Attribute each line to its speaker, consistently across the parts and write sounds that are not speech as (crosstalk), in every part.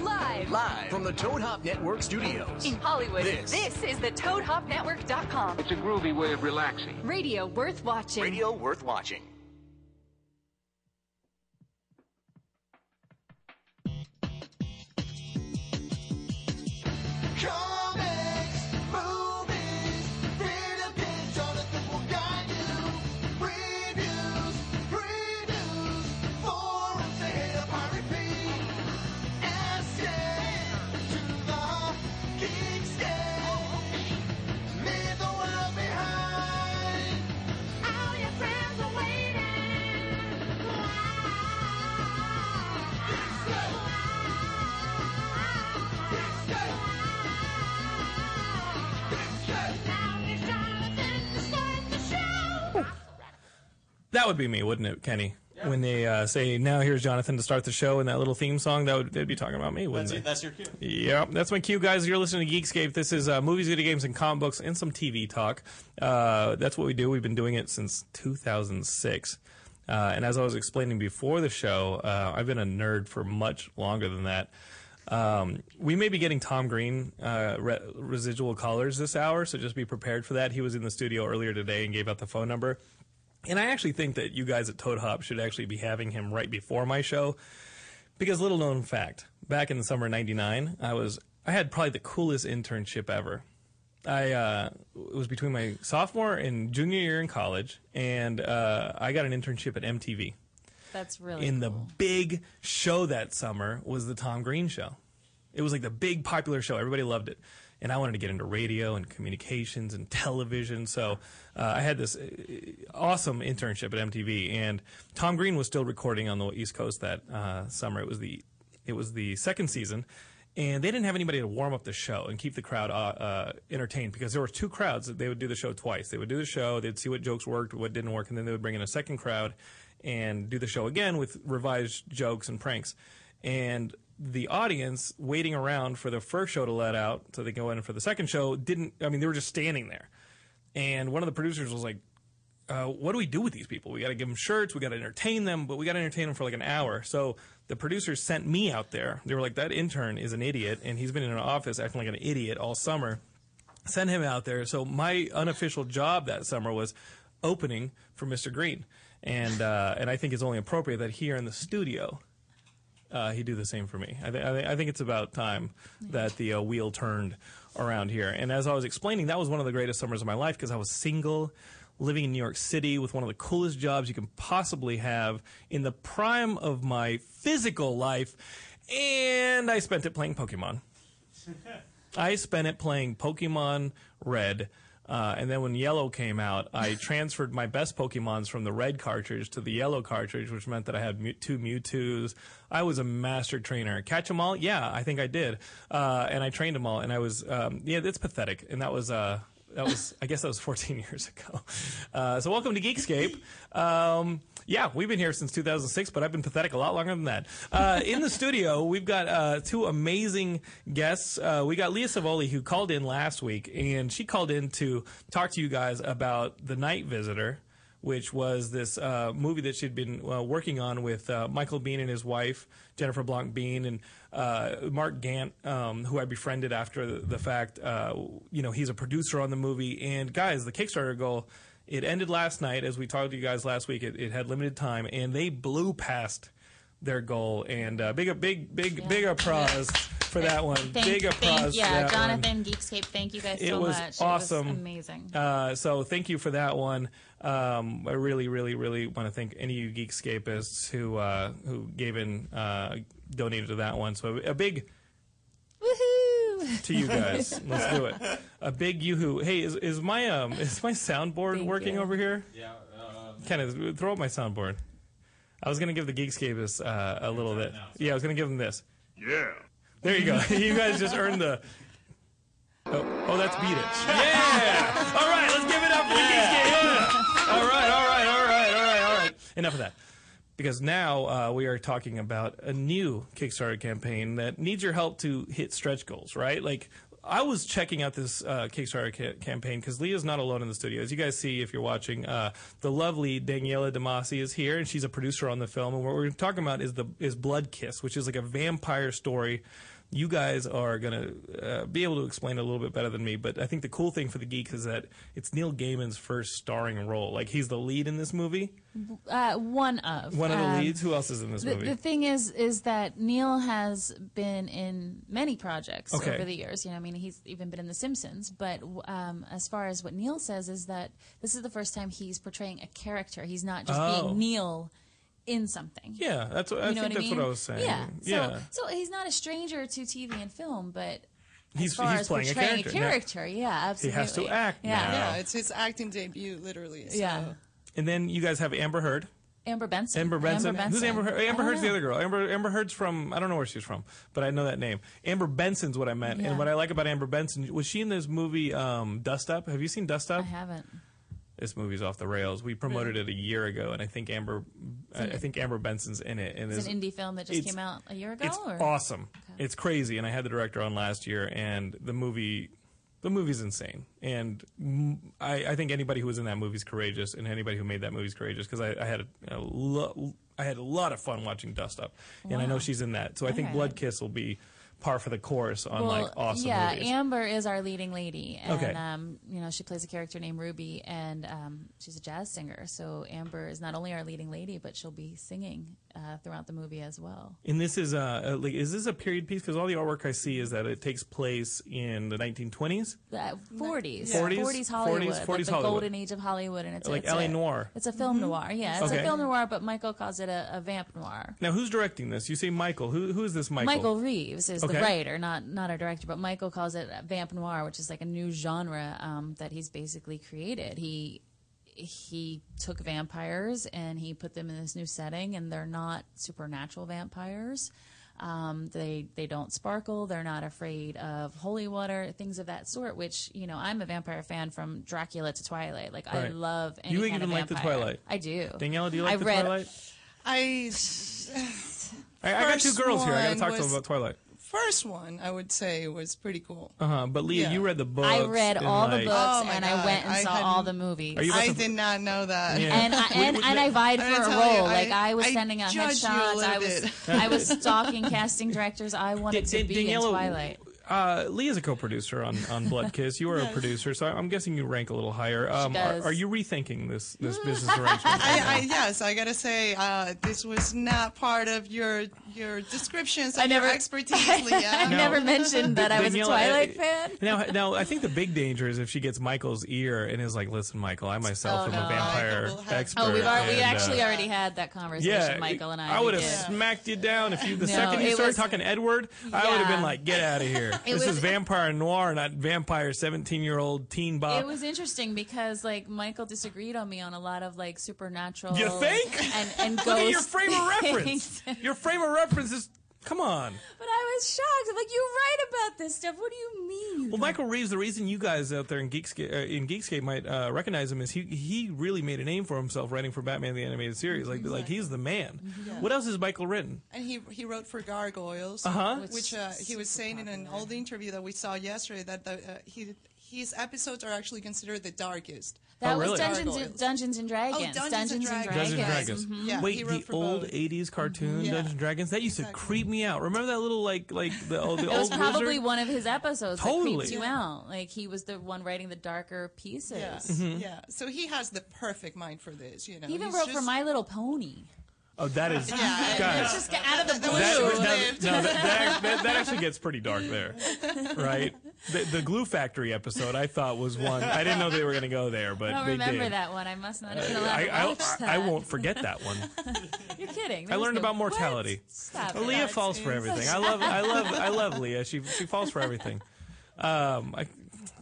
Speaker 1: Live from the Toad Hop Network studios.
Speaker 2: In Hollywood,
Speaker 1: This.
Speaker 2: this, is the ToadHopNetwork.com.
Speaker 3: It's a groovy way of relaxing.
Speaker 2: Radio worth watching.
Speaker 1: Radio worth watching.
Speaker 4: Comics, movies, theater bits, Jonathan will guide you. Reviews, previews, forums to hit up, I repeat. Escape to the geekscape. Leave the world behind. All your friends are waiting. Geekscape. Geekscape.
Speaker 5: That would be me, wouldn't it, Kenny? When they uh, say, "Now here's Jonathan to start the show," and that little theme song, that would they'd be talking about me, wouldn't
Speaker 6: That's,
Speaker 5: they?
Speaker 6: it, that's your cue.
Speaker 5: Yep, that's my cue, guys. You're listening to Geekscape. This is uh, movies, video games, and comic books, and some TV talk. Uh, that's what we do. We've been doing it since 2006. Uh, and as I was explaining before the show, uh, I've been a nerd for much longer than that. Um, we may be getting Tom Green uh, re- residual callers this hour, so just be prepared for that. He was in the studio earlier today and gave out the phone number. And I actually think that you guys at Toad Hop should actually be having him right before my show because little known fact, back in the summer of '99, I was I had probably the coolest internship ever. I uh, it was between my sophomore and junior year in college, and uh, I got an internship at MTV.
Speaker 7: That's really
Speaker 5: And the big show that summer was the Tom Green show. It was like the big popular show. Everybody loved it. And I wanted to get into radio and communications and television. So uh, I had this uh, awesome internship at MTV. And Tom Green was still recording on the East Coast that uh, summer. It was the it was the second season. And they didn't have anybody to warm up the show and keep the crowd uh, uh, entertained because there were two crowds. that They would do the show twice. They would do the show, they'd see what jokes worked, what didn't work, and then they would bring in a second crowd and do the show again with revised jokes and pranks. And the audience waiting around for the first show to let out so they go in for the second show didn't, I mean, they were just standing there. And one of the producers was like, uh, what do we do with these people? We got to give them shirts. We got to entertain them, but we got to entertain them for like an hour. So the producers sent me out there. They were like, that intern is an idiot, and he's been in an office acting like an idiot all summer. Send him out there. So my unofficial job that summer was opening for Mr. Green, and uh, and I think it's only appropriate that here in the studio. Uh, he do the same for me. I, th- I, th- I think it's about time that the uh, wheel turned around here. And as I was explaining, that was one of the greatest summers of my life because I was single, living in New York City with one of the coolest jobs you can possibly have in the prime of my physical life, and I spent it playing Pokemon. I spent it playing Pokemon Red. Uh, and then when Yellow came out, I transferred my best Pokemons from the red cartridge to the yellow cartridge, which meant that I had Mew- two Mewtwo's. I was a master trainer. Catch them all? Yeah, I think I did. Uh, and I trained them all. And I was, um, yeah, it's pathetic. And that was, uh, that was, I guess that was 14 (laughs) years ago. Uh, so welcome to Geekscape. Um, yeah, we've been here since 2006, but I've been pathetic a lot longer than that. Uh, in the studio, we've got uh, two amazing guests. Uh, we got Leah Savoli, who called in last week, and she called in to talk to you guys about The Night Visitor, which was this uh, movie that she'd been uh, working on with uh, Michael Bean and his wife, Jennifer Blanc Bean, and uh, Mark Gant, um, who I befriended after the, the fact. Uh, you know, he's a producer on the movie. And guys, the Kickstarter goal. It ended last night, as we talked to you guys last week. It, it had limited time, and they blew past their goal. And uh, big, big, big, big applause for that one. big
Speaker 7: Thank, thank-
Speaker 5: applause. for
Speaker 7: yeah,
Speaker 5: that one.
Speaker 7: Jonathan Geekscape. Thank you guys
Speaker 5: It
Speaker 7: so
Speaker 5: was
Speaker 7: much.
Speaker 5: awesome.
Speaker 7: It was amazing.
Speaker 5: Uh, so thank you for that one. Um, I really, really, really want to thank any of you Geekscapists who uh, who gave in, uh, donated to that one. So a big
Speaker 7: Woohoo!
Speaker 5: to you
Speaker 7: (laughs)
Speaker 5: guys. Let's do it. A big yoo-hoo. Hey, is, is my um is my soundboard
Speaker 7: Thank
Speaker 5: working
Speaker 7: you.
Speaker 5: over here?
Speaker 6: Yeah. Um,
Speaker 5: Kenneth, throw up my soundboard. I was gonna give the Geekscapists uh, a little bit.
Speaker 6: now,
Speaker 5: Yeah, I was gonna give them this. Yeah. There you go. (laughs) you guys just earned the. Oh, oh, that's beat it. Yeah. all right, let's give it up for the Geekscape. All right, all right, all right, all right, all right. Enough of that. Because now uh, we are talking about a new Kickstarter campaign that needs your help to hit stretch goals, right? Like, I was checking out this uh, Kickstarter ca- campaign because Leah's not alone in the studio. As you guys see, if you're watching, uh, the lovely Daniela Damasi is here, and she's a producer on the film. And what we're talking about is the is Blood Kiss, which is like a vampire story you guys are going to uh, be able to explain it a little bit better than me. But I think the cool thing for the geek is that it's Neil Gaiman's first starring role. Like he's the lead in this movie.
Speaker 7: Uh, one of
Speaker 5: One of the
Speaker 7: Um,
Speaker 5: leads. Who else is in this
Speaker 7: The,
Speaker 5: movie?
Speaker 7: the thing is, is that Neil has been in many projects
Speaker 5: Okay.
Speaker 7: over the years. You know, I mean, he's even been in The Simpsons. But um, as far as what Neil says is that this is the first time he's portraying a character. He's not just
Speaker 5: Oh.
Speaker 7: being Neil in something.
Speaker 5: yeah, that's what I
Speaker 7: You know
Speaker 5: think
Speaker 7: what I
Speaker 5: that's
Speaker 7: mean?
Speaker 5: what I was saying.
Speaker 7: Yeah. So,
Speaker 5: yeah.
Speaker 7: so he's not a stranger to TV and film, but
Speaker 5: he's
Speaker 7: as far
Speaker 5: he's
Speaker 7: as
Speaker 5: playing a
Speaker 7: portraying
Speaker 5: character.
Speaker 7: a
Speaker 5: Now-
Speaker 7: character, yeah,
Speaker 5: he
Speaker 7: absolutely.
Speaker 5: has to act
Speaker 7: Yeah.
Speaker 5: now.
Speaker 3: Yeah, it's his acting debut, literally. So.
Speaker 7: Oh. Yeah.
Speaker 5: And then you guys have Amber Heard.
Speaker 7: Amber Benson.
Speaker 5: Amber Benson. Who's Amber Heard?
Speaker 7: I
Speaker 5: Amber
Speaker 7: don't
Speaker 5: Heard's the
Speaker 7: know.
Speaker 5: other girl. Amber Amber Heard's from I don't know where she's from, but I know that name. Amber Benson's what I meant.
Speaker 7: Yeah.
Speaker 5: And what I like about Amber Benson was she in this movie um, Dust Up. Have you seen Dust Up?
Speaker 7: I haven't.
Speaker 5: This movie's off the rails. We promoted it a year ago, and I think Amber I, I think Amber Benson's in it. And
Speaker 7: It's
Speaker 5: is-
Speaker 7: an indie film that just
Speaker 5: it's-
Speaker 7: came out a year ago.
Speaker 5: It's
Speaker 7: or?
Speaker 5: awesome. It's crazy, and I had the director on last year, and the movie, the movie's insane. And mm, I, I think anybody who was in that movie's courageous, and anybody who made that movie's courageous, because I, I had a, a lo- I had a lot of fun watching Dust Up, and I know she's in that. So I think
Speaker 7: Alright.
Speaker 5: Blood Kiss will be par for the course on like awesome
Speaker 7: yeah,
Speaker 5: movies.
Speaker 7: Amber is our leading lady, and
Speaker 5: Okay.
Speaker 7: um, you know she plays a character named Ruby, and um, she's a jazz singer. So Amber is not only our leading lady, but she'll be singing uh, throughout the movie as well.
Speaker 5: and this is uh, uh, like is this a period piece? Because all the artwork I see is that it takes place in the 1920s.
Speaker 7: uh, Forties,
Speaker 5: 40s?
Speaker 7: forties Hollywood,
Speaker 5: 40s
Speaker 7: like the
Speaker 5: Hollywood.
Speaker 7: golden age of Hollywood, and it's
Speaker 5: Like
Speaker 7: it's
Speaker 5: LA
Speaker 7: a,
Speaker 5: noir.
Speaker 7: It's a film noir, yeah. It's
Speaker 5: Okay.
Speaker 7: a film noir, but Michael calls it a, a vamp noir.
Speaker 5: Now, who's directing this? You say Michael. Who who is this Michael?
Speaker 7: Michael Reeves is
Speaker 5: Okay.
Speaker 7: the writer, not not a director, but Michael calls it vamp noir, which is like a new genre um, that he's basically created. He he took vampires and he put them in this new setting, and they're not supernatural vampires. Um, they they don't sparkle. They're not afraid of holy water, things of that sort. Which you know, I'm a vampire fan from Dracula to Twilight. Like I
Speaker 5: Right.
Speaker 7: love any
Speaker 5: You
Speaker 7: kind
Speaker 5: even
Speaker 7: of
Speaker 5: like the
Speaker 7: vampire.
Speaker 5: Twilight.
Speaker 7: I do.
Speaker 5: Daniela, do you like
Speaker 7: I
Speaker 5: the
Speaker 7: read,
Speaker 5: Twilight?
Speaker 3: I (sighs)
Speaker 5: I, I got two
Speaker 3: First
Speaker 5: girls here. I got to
Speaker 3: one
Speaker 5: talk to them
Speaker 3: was-
Speaker 5: about Twilight.
Speaker 3: first one I would say was pretty cool.
Speaker 5: Uh huh. But Leah,
Speaker 3: Yeah.
Speaker 5: you read the books.
Speaker 7: I read
Speaker 5: and,
Speaker 7: all
Speaker 5: like-
Speaker 7: the books
Speaker 3: Oh my
Speaker 7: and I
Speaker 3: God,
Speaker 7: went and
Speaker 3: I
Speaker 7: saw
Speaker 3: hadn't-
Speaker 7: all the movies.
Speaker 5: Are you about
Speaker 3: I
Speaker 5: to-
Speaker 3: did not know that.
Speaker 5: Yeah.
Speaker 7: and
Speaker 3: (laughs)
Speaker 7: I, and, and I vied for
Speaker 3: I'm
Speaker 7: a
Speaker 3: telling
Speaker 7: role.
Speaker 3: you, I-
Speaker 7: like I was
Speaker 3: I
Speaker 7: sending out
Speaker 3: judged you a
Speaker 7: headshots. I
Speaker 3: little
Speaker 7: was
Speaker 3: bit.
Speaker 7: (laughs) I
Speaker 3: (laughs)
Speaker 7: was stalking casting directors. I wanted to
Speaker 5: Dan-
Speaker 7: be
Speaker 5: Daniela,
Speaker 7: in Twilight.
Speaker 5: Uh, Leah's a co-producer on on
Speaker 3: (laughs)
Speaker 5: Blood Kiss. You are a producer, so I'm guessing you rank a little higher. Um, are-
Speaker 7: does.
Speaker 5: Are, you rethinking this
Speaker 3: (laughs)
Speaker 5: this business arrangement?
Speaker 3: I, I, yes, I gotta say uh, this was not part of your your descriptions. Of
Speaker 7: I never-
Speaker 3: your expertise, Leah.
Speaker 7: (laughs) I never mentioned that I was a
Speaker 5: Daniela,
Speaker 7: Twilight
Speaker 5: uh,
Speaker 7: fan.
Speaker 5: Now, now I think the big danger is if she gets Michael's ear and is like, "Listen, Michael, I myself
Speaker 7: Oh,
Speaker 5: am a
Speaker 7: no.
Speaker 5: vampire
Speaker 3: Michael will have-
Speaker 5: expert."
Speaker 7: Oh, we've already,
Speaker 5: and,
Speaker 7: we
Speaker 5: uh,
Speaker 7: actually already had that conversation,
Speaker 5: Yeah,
Speaker 7: Michael and I.
Speaker 5: I
Speaker 7: We
Speaker 5: would have
Speaker 7: did.
Speaker 5: smacked you down if you the
Speaker 7: No,
Speaker 5: second you
Speaker 7: it
Speaker 5: started
Speaker 7: was-
Speaker 5: talking Edward. I would have been
Speaker 7: Yeah.
Speaker 5: like, "Get out of here!
Speaker 7: (laughs) It
Speaker 5: this
Speaker 7: was-
Speaker 5: is vampire noir, not vampire seventeen year old teen Bob."
Speaker 7: It was interesting because like Michael disagreed on me on a lot of like supernatural.
Speaker 5: You think?
Speaker 7: And and
Speaker 5: (laughs)
Speaker 7: ghost
Speaker 5: Look at your frame of
Speaker 7: things.
Speaker 5: reference. Your frame of reference is come on.
Speaker 7: (laughs) But I was shocked. I'm like, you write about this stuff. What do you mean?
Speaker 5: Well, Michael Reeves. The reason you guys out there in Geekscape, uh, in Geekscape might uh, recognize him is he he really made a name for himself writing for Batman the animated series. Like like he's the man. What else has Michael written?
Speaker 3: And he he wrote for Gargoyles,
Speaker 5: Uh-huh.
Speaker 3: which uh, he was saying in an old interview that we saw yesterday that the, uh, he his episodes are actually considered the darkest.
Speaker 7: That
Speaker 5: Oh, really?
Speaker 7: was Dungeons and,
Speaker 3: Gargoyles.
Speaker 7: Dungeons and Dragons.
Speaker 3: Oh, Dungeons and Dragons.
Speaker 5: Dungeons and
Speaker 3: Yes.
Speaker 5: Dragons.
Speaker 3: Mhm. Yeah, he
Speaker 5: Wait,
Speaker 3: wrote
Speaker 5: the
Speaker 3: for
Speaker 5: old
Speaker 3: both.
Speaker 5: '80s cartoon
Speaker 3: Yeah.
Speaker 5: Dungeons and Dragons that used to
Speaker 3: Exactly.
Speaker 5: creep me out. Remember that little like like the, oh, the
Speaker 7: It was
Speaker 5: old
Speaker 7: probably
Speaker 5: wizard?
Speaker 7: one of his episodes
Speaker 5: Totally.
Speaker 7: that creeped you
Speaker 3: Yeah.
Speaker 7: out. Like he was the one writing the darker pieces.
Speaker 3: Yeah,
Speaker 5: Mm-hmm.
Speaker 3: yeah. So he has the perfect mind for this. You know,
Speaker 7: He even
Speaker 3: He's
Speaker 7: wrote for
Speaker 3: just-
Speaker 7: My Little Pony.
Speaker 5: Oh, that is
Speaker 3: Yeah,
Speaker 5: guys.
Speaker 7: Just get out of the blue.
Speaker 5: That,
Speaker 3: Ooh.
Speaker 5: no, no, that, that, that, that actually gets pretty dark there, right? The, the glue factory episode I thought was one. I didn't know they were going to go there, but
Speaker 7: I don't
Speaker 5: they
Speaker 7: remember
Speaker 5: did. Uh,
Speaker 7: that one. I must not have been allowed
Speaker 5: I,
Speaker 7: to
Speaker 5: I,
Speaker 7: watch that.
Speaker 5: I won't forget that one.
Speaker 7: You're kidding.
Speaker 5: I
Speaker 7: There was
Speaker 5: learned
Speaker 7: no-
Speaker 5: about
Speaker 7: What?
Speaker 5: mortality.
Speaker 7: Stop. it.
Speaker 5: Leah falls for everything.
Speaker 7: (laughs)
Speaker 5: I love, I love, I love Leah. She she falls for everything. Um, I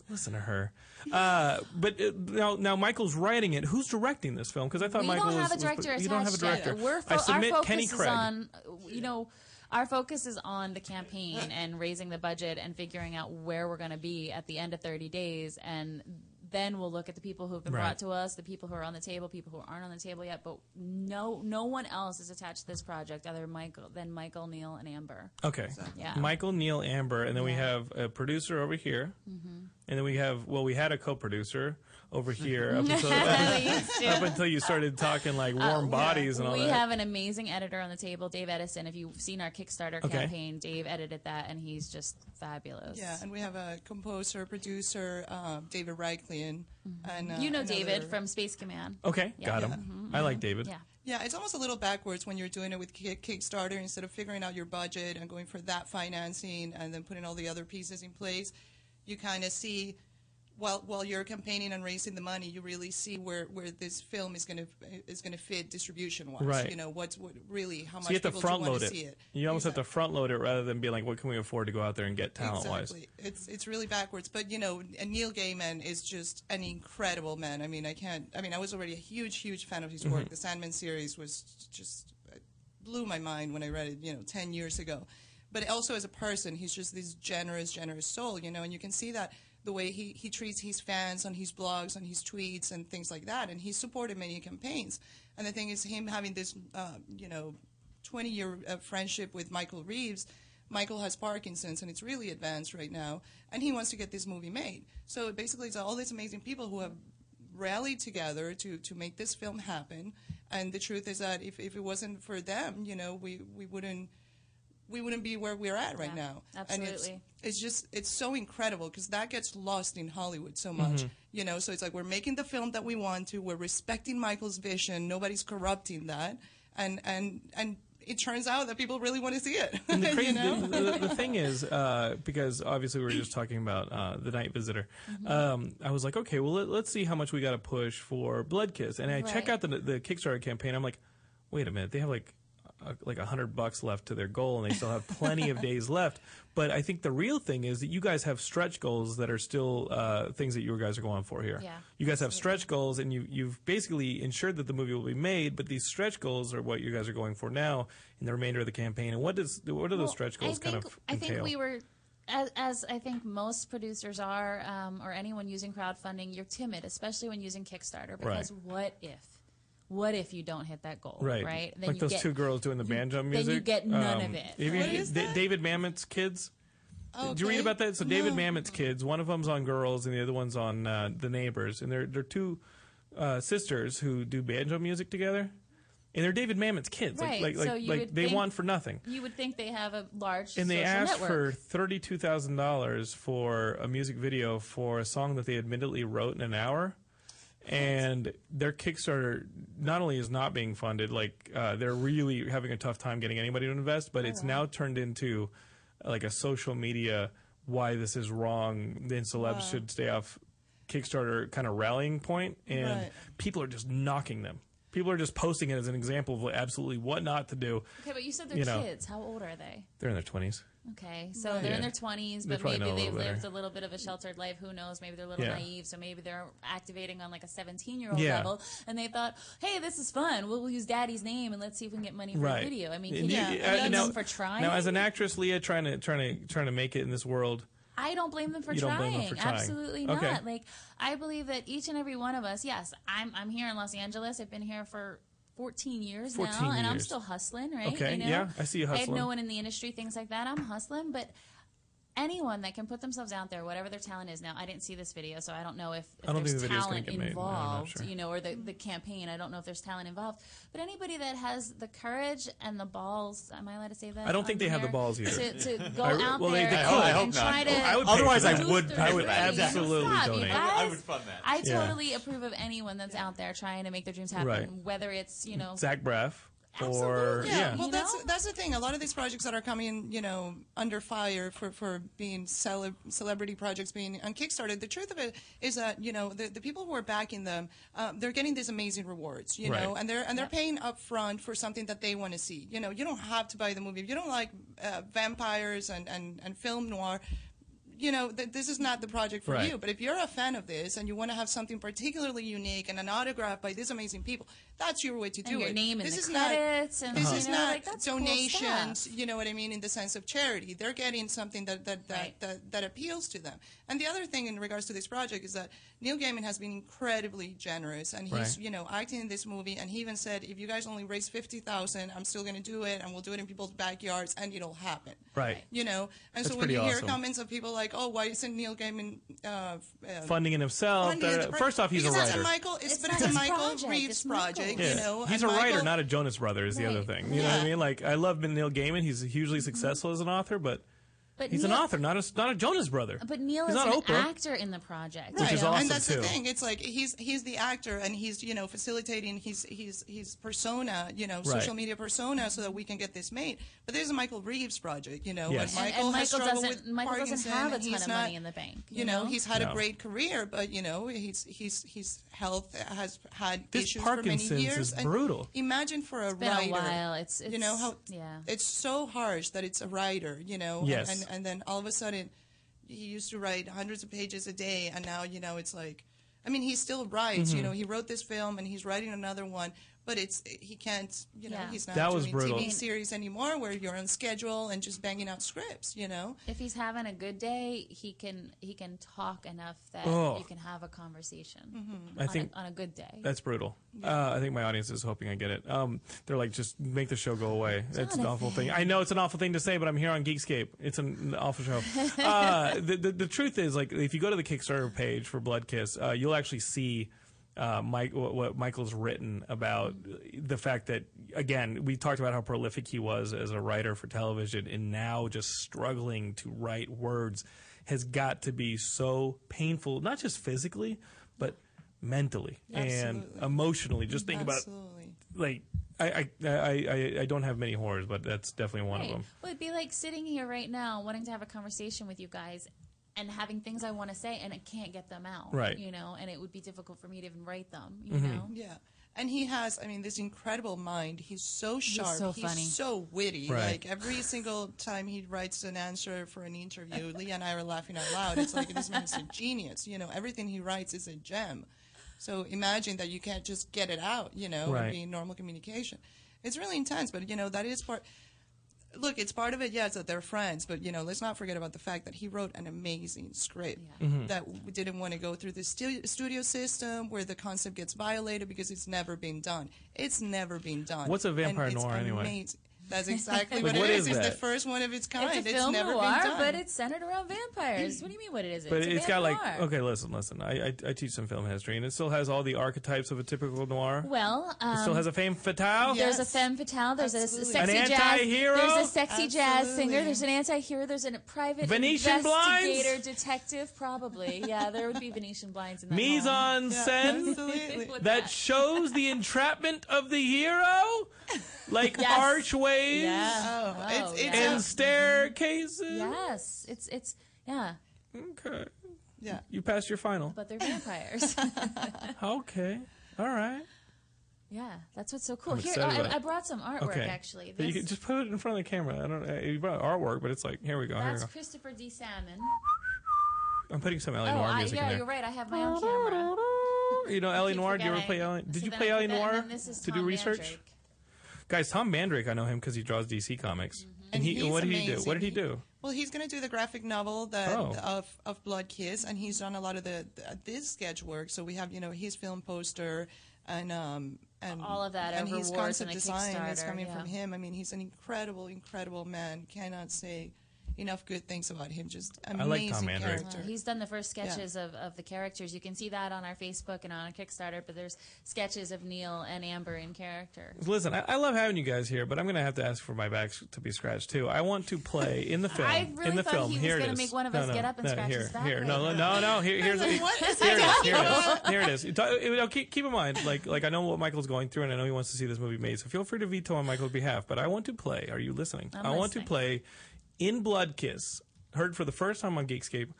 Speaker 5: listen to her. Uh, but uh, now now Michael's writing it. Who's directing this film? Because I thought
Speaker 7: We
Speaker 5: Michael
Speaker 7: don't
Speaker 5: was,
Speaker 7: have a
Speaker 5: was-
Speaker 7: director attached
Speaker 5: you don't have a
Speaker 7: yet.
Speaker 5: director.
Speaker 7: We're fo-
Speaker 5: I submit
Speaker 7: our focus
Speaker 5: Kenny
Speaker 7: is
Speaker 5: Craig.
Speaker 7: on, you know, our focus is on the campaign and raising the budget and figuring out where we're going to be at the end of 30 days. And then we'll look at the people who have been
Speaker 5: Right.
Speaker 7: brought to us, the people who are on the table, people who aren't on the table yet. But no, no one else is attached to this project other than Michael, than Michael, Neil, and
Speaker 3: (laughs)
Speaker 7: Amber.
Speaker 5: Okay.
Speaker 7: Yeah.
Speaker 5: Michael, Neil, Amber, and then we
Speaker 7: Yeah. Mm-hmm.
Speaker 5: have a producer over here, and then we have well, we had a co-producer over here
Speaker 7: (laughs)
Speaker 5: up until, up, until you started talking like warm bodies and all
Speaker 7: Uh, we
Speaker 5: that.
Speaker 7: have an amazing editor on the table, Dave Edison. If you've seen our Kickstarter
Speaker 5: Okay.
Speaker 7: campaign, Dave edited that, and he's just fabulous.
Speaker 3: Yeah, and we have a composer, producer, uh, David Reichlian,
Speaker 5: Mm-hmm.
Speaker 3: and uh,
Speaker 7: you know David
Speaker 3: another-
Speaker 7: from Space Command.
Speaker 5: okay,
Speaker 7: Yeah.
Speaker 5: got him.
Speaker 7: Yeah.
Speaker 5: I like David.
Speaker 7: Yeah.
Speaker 3: Yeah, it's almost a little backwards when you're doing it with Kick- Kickstarter instead of figuring out your budget and going for that financing and then putting all the other pieces in place. You kind of see while while you're campaigning and raising the money, you really see where, where this film is gonna is gonna fit distribution wise.
Speaker 5: Right.
Speaker 3: You know what's what really how much
Speaker 5: So you have to
Speaker 3: people
Speaker 5: front
Speaker 3: want
Speaker 5: load
Speaker 3: to
Speaker 5: it.
Speaker 3: see it.
Speaker 5: You almost have to front load it rather than be like, what can we afford to go out there and get talent wise?
Speaker 3: Exactly. It's it's really backwards, but you know, and Neil Gaiman is just an incredible man. I mean, I can't. I mean, I was already a huge, huge fan of his work. The Sandman series was just it blew my mind when I read it. You know, ten years ago. But also as a person, he's just this generous, generous soul. You know, and you can see that the way he he treats his fans on his blogs, on his tweets, and things like that. And he supported many campaigns. And the thing is, him having this, uh, you know, 20 year uh, friendship with Michael Reeves. Michael has Parkinson's and it's really advanced right now, and he wants to get this movie made. So basically, it's all these amazing people who have rallied together to, to make this film happen. And the truth is that if, if it wasn't for them, you know, we, we wouldn't we wouldn't be where we're at right
Speaker 7: Yeah,
Speaker 3: now. And it's,
Speaker 7: absolutely.
Speaker 3: it's just it's so incredible because that gets lost in Hollywood so
Speaker 5: Mm-hmm.
Speaker 3: much, you know. So it's like we're making the film that we want to. We're respecting Michael's vision. Nobody's corrupting that, and and and it turns out that people really want to see it. (laughs)
Speaker 5: And the, crazy,
Speaker 3: you know?
Speaker 5: the, the, the thing is, uh, because obviously we were just talking about uh, the night visitor.
Speaker 3: Mm-hmm.
Speaker 5: Um, I was like, okay, well let, let's see how much we got to push for Blood Kiss, and I check
Speaker 7: Right.
Speaker 5: out the the Kickstarter campaign. I'm like, wait a minute, they have like uh, like a hundred bucks left to their goal, and they still have plenty
Speaker 3: (laughs)
Speaker 5: of days left. But I think the real thing is that you guys have stretch goals that are still uh, things that you guys are going for here.
Speaker 7: Yeah.
Speaker 5: You guys have stretch goals, and you, you've basically ensured that the movie will be made. But these stretch goals are what you guys are going for now in the remainder of the campaign. And what does what do those
Speaker 7: Well,
Speaker 5: stretch goals
Speaker 7: I think,
Speaker 5: kind of
Speaker 7: I
Speaker 5: entail?
Speaker 7: think we were, as, as I think most producers are, um, or anyone using crowdfunding, you're timid, especially when using Kickstarter, because what if? What if you don't hit that goal?
Speaker 5: right,
Speaker 7: Right.
Speaker 5: like
Speaker 7: you
Speaker 5: those
Speaker 7: get-
Speaker 5: two girls doing the banjo
Speaker 7: you
Speaker 5: music.
Speaker 7: get none of it. Oh,
Speaker 5: if you-
Speaker 3: What is
Speaker 5: Da-
Speaker 3: that?
Speaker 5: David Mamet's kids. Did you read
Speaker 3: Okay.
Speaker 5: about that? So David
Speaker 3: No.
Speaker 5: Mamet's kids. One of them's on Girls, and the other one's on uh, The Neighbors, and they're they're two uh, sisters who do banjo music together, and they're David Mamet's kids.
Speaker 7: Right,
Speaker 5: Like like
Speaker 7: so
Speaker 5: like,
Speaker 7: you
Speaker 5: like
Speaker 7: would
Speaker 5: they
Speaker 7: think-
Speaker 5: want for nothing.
Speaker 7: You would think they have a large
Speaker 5: and they
Speaker 7: social
Speaker 5: asked for
Speaker 7: network.
Speaker 5: thirty-two thousand dollars for a music video for a song that they admittedly wrote in an hour, and their Kickstarter not only is not being funded, like uh, they're really having a tough time getting anybody to invest, but
Speaker 7: Oh,
Speaker 5: it's now turned into uh, like a social media why this is wrong. Then celebs should stay off Kickstarter kind of rallying point, and
Speaker 3: Right.
Speaker 5: people are just knocking them. People are just posting it as an example of absolutely what not to do.
Speaker 7: okay, but you said they're
Speaker 5: you know.
Speaker 7: kids. How old are they?
Speaker 5: They're in their twenties.
Speaker 7: Okay, so they're in
Speaker 5: Yeah.
Speaker 7: their twenties,
Speaker 5: They
Speaker 7: but
Speaker 5: probably
Speaker 7: maybe
Speaker 5: know a
Speaker 7: they've
Speaker 5: little
Speaker 7: lived
Speaker 5: better.
Speaker 7: a little bit of a sheltered life. Who knows? Maybe they're a little
Speaker 5: Yeah.
Speaker 7: naive, so maybe they're activating on like a seventeen-year-old
Speaker 5: Yeah.
Speaker 7: level, and they thought, "Hey, this is fun. We'll, we'll use Daddy's name and let's see if we can get money for
Speaker 5: right.
Speaker 7: a video." I mean,
Speaker 5: And
Speaker 7: can
Speaker 5: you-
Speaker 7: you
Speaker 3: Yeah.
Speaker 5: uh,
Speaker 7: blame
Speaker 5: now-
Speaker 7: them for trying?
Speaker 5: Now, as an actress, Leah, trying to trying to trying to make it in this world,
Speaker 7: I don't blame them for
Speaker 5: You don't
Speaker 7: trying.
Speaker 5: blame them for trying.
Speaker 7: Absolutely
Speaker 5: Okay.
Speaker 7: not. Like I believe that each and every one of us. Yes, I'm I'm here in Los Angeles. I've been here for 14 years
Speaker 5: 14
Speaker 7: now, and I'm
Speaker 5: years.
Speaker 7: still hustling. Right?
Speaker 5: Okay,
Speaker 7: You know?
Speaker 5: yeah, I see you
Speaker 7: I had
Speaker 5: hustling.
Speaker 7: no one in the industry, things like that. I'm hustling, but. Anyone that can put themselves out there, whatever their talent is now, I didn't see this video, so I don't know if, if
Speaker 5: I don't
Speaker 7: there's
Speaker 5: think the video's gonna
Speaker 7: talent
Speaker 5: get made. No, I'm not
Speaker 7: involved,
Speaker 5: sure.
Speaker 7: you know, or the, the campaign. I don't know if there's talent involved, but anybody that has the courage and the balls, am I allowed to say that?
Speaker 5: I don't
Speaker 7: on
Speaker 5: think they have the
Speaker 7: here?
Speaker 5: balls either.
Speaker 7: To, to
Speaker 5: (laughs)
Speaker 7: go
Speaker 5: I-
Speaker 7: out
Speaker 5: well, they-
Speaker 7: there
Speaker 5: they
Speaker 7: and,
Speaker 5: could. I
Speaker 6: hope
Speaker 7: and
Speaker 6: not.
Speaker 7: try to.
Speaker 5: I would pay
Speaker 6: Otherwise,
Speaker 5: for
Speaker 6: I
Speaker 5: that.
Speaker 6: would
Speaker 7: Booster
Speaker 5: I would
Speaker 7: free.
Speaker 5: absolutely
Speaker 7: Stop, you
Speaker 5: donate.
Speaker 7: guys.
Speaker 6: I would fund that.
Speaker 7: I
Speaker 5: Yeah.
Speaker 7: totally approve of anyone that's out there trying to make their dreams happen,
Speaker 5: Right.
Speaker 7: whether it's you know
Speaker 5: Zach Braff, or
Speaker 7: Absolutely.
Speaker 5: yeah,
Speaker 3: Yeah, well,
Speaker 7: You
Speaker 3: that's
Speaker 7: know?
Speaker 3: that's the thing. A lot of these projects that are coming, you know, under fire for for being celeb celebrity projects being on Kickstarter. The truth of it is that you know the, the people who are backing them, um, they're getting these amazing rewards, you know,
Speaker 5: Right.
Speaker 3: and they're and they're paying up front for something that they want to see. You know, you don't have to buy the movie if you don't like uh, vampires and, and and film noir. You know, th- this is not the project for
Speaker 5: Right.
Speaker 3: you. But if you're a fan of this and you want to have something particularly unique and an autograph by these amazing people, That's your way to do
Speaker 7: your
Speaker 3: it.
Speaker 7: name in
Speaker 3: this
Speaker 7: the
Speaker 3: is
Speaker 7: credits
Speaker 3: not,
Speaker 7: and,
Speaker 3: this
Speaker 7: you
Speaker 3: is
Speaker 7: know,
Speaker 3: not
Speaker 7: like, that's cool
Speaker 3: donations.
Speaker 7: stuff.
Speaker 3: you know what I mean in the sense of charity. They're getting something that that that,
Speaker 7: Right.
Speaker 3: that that appeals to them. And the other thing in regards to this project is that Neil Gaiman has been incredibly generous, and he's
Speaker 5: Right.
Speaker 3: you know acting in this movie, and he even said, if you guys only raise fifty thousand, I'm still going to do it, and we'll do it in people's backyards, and it'll happen.
Speaker 5: Right.
Speaker 3: You know, and
Speaker 5: That's
Speaker 3: so when
Speaker 5: pretty
Speaker 3: you hear
Speaker 5: awesome.
Speaker 3: comments of people like, "Oh, why isn't Neil Gaiman uh, uh,
Speaker 5: Funding in himself.
Speaker 3: Funding
Speaker 5: da-
Speaker 3: the
Speaker 5: da-
Speaker 3: pro-
Speaker 5: First off, he's a
Speaker 3: because that's
Speaker 5: writer.
Speaker 3: Michael, it's,
Speaker 7: It's
Speaker 3: but
Speaker 7: not
Speaker 3: it's a
Speaker 7: his
Speaker 3: Michael
Speaker 7: project,
Speaker 3: Reeves
Speaker 7: it's
Speaker 3: project,
Speaker 7: Michael's.
Speaker 3: you
Speaker 5: Yeah.
Speaker 3: know.
Speaker 5: he's a
Speaker 3: and
Speaker 5: writer,
Speaker 3: Michael-
Speaker 5: not a Jonas brother. Is the other
Speaker 7: Right. Mm-hmm.
Speaker 5: thing. You know what I
Speaker 3: Yeah.
Speaker 5: mean? Like I love Neil Gaiman. He's hugely successful as an author, but
Speaker 7: But
Speaker 5: he's an
Speaker 7: Neil-
Speaker 5: author, not a not a Jonas brother.
Speaker 7: But Neil
Speaker 5: he's
Speaker 7: is
Speaker 5: not
Speaker 7: an
Speaker 5: Oprah.
Speaker 7: actor in the project,
Speaker 5: Which
Speaker 7: you
Speaker 5: is
Speaker 7: know?
Speaker 5: awesome,
Speaker 3: and that's
Speaker 5: too.
Speaker 3: the thing. It's like he's he's the actor, and he's you know facilitating his his his persona, you know, social media persona, so that we can get this made. But there's a Michael Reeves project, you know.
Speaker 5: Yes.
Speaker 7: And,
Speaker 3: Michael,
Speaker 7: and
Speaker 3: has
Speaker 7: Michael
Speaker 3: struggled
Speaker 7: doesn't.
Speaker 3: with
Speaker 7: Michael doesn't
Speaker 3: Parkinson,
Speaker 7: have a
Speaker 3: and
Speaker 7: ton
Speaker 3: he's
Speaker 7: of
Speaker 3: not-
Speaker 7: money in the bank.
Speaker 3: You know, he's had
Speaker 5: No.
Speaker 3: a great career, but you know, he's he's he's health has had
Speaker 5: This
Speaker 3: issues for
Speaker 5: Parkinson's
Speaker 3: many years.
Speaker 5: is
Speaker 3: and
Speaker 5: brutal.
Speaker 3: Imagine for a
Speaker 7: been a
Speaker 3: writer.
Speaker 7: while. It's-
Speaker 3: you know
Speaker 7: it's-
Speaker 3: how
Speaker 7: yeah.
Speaker 3: it's so harsh that it's a writer. You know,
Speaker 5: Yes.
Speaker 3: and, and then all of a sudden, he used to write hundreds of pages a day, and now you know it's like, I mean, he still writes.
Speaker 5: Mm-hmm.
Speaker 3: You know, he wrote this film and he's writing another one, but it's he can't. You know,
Speaker 7: Yeah.
Speaker 3: he's not
Speaker 5: That was
Speaker 3: doing
Speaker 5: brutal.
Speaker 3: TV series anymore where you're on schedule and just banging out scripts. You know.
Speaker 7: if he's having a good day, he can he can talk enough that
Speaker 5: Oh. Mm-hmm.
Speaker 7: you can have a conversation.
Speaker 5: I
Speaker 7: on
Speaker 5: think
Speaker 7: a, on a good day.
Speaker 5: That's brutal. Uh, I think my audience is hoping I get it. Um, they're like, just make the show go away. It's an awful thing. I know it's an awful thing to say, but I'm here on Geekscape. It's an awful show. (laughs) Uh, the, the the truth is, like, if you go to the Kickstarter page for Blood Kiss, uh, you'll actually see. Uh, Mike, what, what Michael's written about the fact that again we talked about how prolific he was as a writer for television, and now just struggling to write words has got to be so painful, not just physically, but mentally and
Speaker 3: Absolutely.
Speaker 5: emotionally. Just think about
Speaker 3: Absolutely.
Speaker 5: like I I, I I I don't have many horrors, but that's definitely one
Speaker 7: Right.
Speaker 5: of them.
Speaker 7: Well, it'd be like sitting here right now, wanting to have a conversation with you guys, and having things I want to say, and I can't get them out.
Speaker 5: Right. Mm-hmm.
Speaker 7: You know, and it would be difficult for me to even write them. You know.
Speaker 3: Yeah. And he has, I mean, this incredible mind. He's so sharp.
Speaker 7: so funny.
Speaker 3: so witty.
Speaker 5: Right.
Speaker 3: Like every single time he writes an answer for an interview, Leah and I are laughing out loud. It's like this man's a genius. You know, everything he writes is a gem. So imagine that you can't just get it out. You know,
Speaker 5: Right.
Speaker 3: it'd be normal communication. It's really intense, but you know that is part. Look, it's part of it. Yes, that they're friends, but you know, let's not forget about the fact that he wrote an amazing script
Speaker 5: Mm-hmm.
Speaker 3: that we didn't want to go through the stu- studio system where the concept gets violated because it's never been done. It's never been done.
Speaker 5: What's a
Speaker 3: And
Speaker 5: vampire
Speaker 3: it's
Speaker 5: noir, anyway?
Speaker 3: amazing. That's exactly
Speaker 5: Like,
Speaker 3: what,
Speaker 5: what
Speaker 3: it is.
Speaker 5: is
Speaker 3: It's the
Speaker 5: that?
Speaker 3: first one of its kind.
Speaker 7: It's a film
Speaker 3: never
Speaker 7: noir,
Speaker 3: been done.
Speaker 7: but it's centered around vampires. What do you mean? What it is?
Speaker 5: But
Speaker 7: it's a
Speaker 5: it's got like
Speaker 7: vampire.
Speaker 5: okay, listen, listen. I, I I teach some film history, and it still has all the archetypes of a typical noir.
Speaker 7: Well, um,
Speaker 5: it still has a femme fatale.
Speaker 3: Yeah.
Speaker 7: There's a
Speaker 3: Yes.
Speaker 7: femme fatale. There's a
Speaker 3: Absolutely.
Speaker 7: sexy
Speaker 5: An
Speaker 7: jazz.
Speaker 5: anti-hero?
Speaker 7: There's a sexy jazz
Speaker 3: Absolutely.
Speaker 7: singer. There's an anti-hero. There's a private
Speaker 5: Venetian blinds?
Speaker 7: investigator detective. Probably, yeah. There would be Venetian blinds in that.
Speaker 5: Mise
Speaker 7: hall.
Speaker 5: en
Speaker 3: Yeah,
Speaker 5: scène
Speaker 3: absolutely.
Speaker 7: With
Speaker 5: that shows the entrapment of the hero,
Speaker 7: (laughs)
Speaker 5: like
Speaker 7: Yes.
Speaker 5: archways
Speaker 7: Yeah.
Speaker 3: Oh,
Speaker 7: Oh,
Speaker 3: it's, it's
Speaker 7: yeah.
Speaker 3: a-
Speaker 5: and staircases.
Speaker 7: Yes, it's it's yeah,
Speaker 5: Okay.
Speaker 3: yeah.
Speaker 5: You passed your final.
Speaker 7: but
Speaker 5: (laughs)
Speaker 7: they're vampires.
Speaker 5: Okay. All right.
Speaker 7: yeah, that's what's so cool.
Speaker 5: I'm
Speaker 7: Here,
Speaker 5: excited about
Speaker 7: I, I
Speaker 5: it.
Speaker 7: brought some artwork
Speaker 5: okay.
Speaker 7: actually.
Speaker 5: But you
Speaker 7: This-
Speaker 5: could just put it in front of the camera. I don't. uh, You brought artwork, but it's like here we go. Here we
Speaker 7: that's
Speaker 5: go.
Speaker 7: Christopher D. Salmon.
Speaker 5: I'm putting some Ellie
Speaker 7: Oh,
Speaker 5: Noir
Speaker 7: I,
Speaker 5: music in
Speaker 7: yeah,
Speaker 5: there.
Speaker 7: you're right. I have my own camera.
Speaker 5: You know Ellie
Speaker 7: Keep
Speaker 5: Noir. Did you ever
Speaker 7: forgetting.
Speaker 5: play Ellie? Did
Speaker 7: So
Speaker 5: you
Speaker 7: then
Speaker 5: play
Speaker 7: I
Speaker 5: Ellie
Speaker 7: put that-
Speaker 5: Noir
Speaker 7: and then this is
Speaker 5: to do
Speaker 7: Tom
Speaker 5: research?
Speaker 7: Mandrake.
Speaker 5: Guys, Tom Mandrake. I know him because he draws DC comics.
Speaker 7: Mm-hmm.
Speaker 5: And,
Speaker 3: And
Speaker 5: he.
Speaker 3: he's
Speaker 5: What did he do?
Speaker 3: amazing.
Speaker 5: What did he do?
Speaker 3: Well, he's going to do the graphic novel that
Speaker 5: Oh.
Speaker 3: of of Blood Kiss, and he's done a lot of the, the this sketch work. So we have you know his film poster and um and
Speaker 7: All of that
Speaker 3: and
Speaker 7: over
Speaker 3: his
Speaker 7: awards and
Speaker 3: concept
Speaker 7: a
Speaker 3: design is
Speaker 7: Kickstarter,
Speaker 3: coming from
Speaker 7: yeah.
Speaker 3: him. I mean, he's an incredible, incredible man. Cannot say enough good things about him. Just amazing
Speaker 5: like Tom Mandrake.
Speaker 3: character.
Speaker 7: Well, he's done the first sketches of, of the characters. You can see that on our Facebook and on our Kickstarter, but there's sketches of Neil and Amber in character.
Speaker 5: Listen, I, I love having you guys here, but I'm going to have to ask for my back to be scratched too. I want to play in the film.
Speaker 7: (laughs) I really
Speaker 5: in the
Speaker 7: thought
Speaker 5: film.
Speaker 7: he was
Speaker 5: here it
Speaker 7: gonna
Speaker 5: is.
Speaker 7: make one of
Speaker 5: No,
Speaker 7: us
Speaker 5: no,
Speaker 7: get up and
Speaker 5: no,
Speaker 7: scratch
Speaker 5: here,
Speaker 7: his back
Speaker 5: Here,
Speaker 7: right
Speaker 5: no,
Speaker 7: now.
Speaker 5: no, no.
Speaker 7: (laughs)
Speaker 5: Here, here's
Speaker 3: What is
Speaker 5: here it is.
Speaker 3: that?
Speaker 5: Here it is. Here it is. You talk- you know, keep, keep in mind, like, like I know what Michael's going through, and I know he wants to see this movie made. So feel free to veto on Michael's behalf. But I want to play. Are you listening?
Speaker 7: I'm
Speaker 5: I want to
Speaker 7: listening.
Speaker 5: play in Blood Kiss, heard for the first time on Geekscape,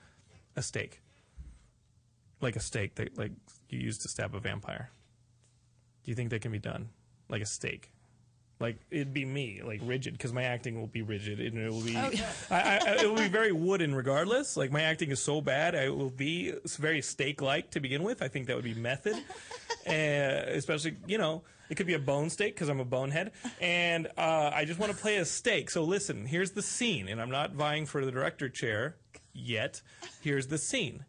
Speaker 5: a steak, like a steak that like you use to stab a vampire. Do you think that can be done, like a steak? Like it'd be me, like rigid, because my acting will be rigid, and it will be, (laughs) I, I, it will be very wooden, regardless. Like my acting is so bad, I will be (laughs) very steak-like to begin with. I think that would be method, uh, Eh, especially you know. It could be a bone steak because I'm a bonehead, and uh, I just want to play a steak. So listen, here's the scene, and I'm not vying for the director chair yet. Here's the scene: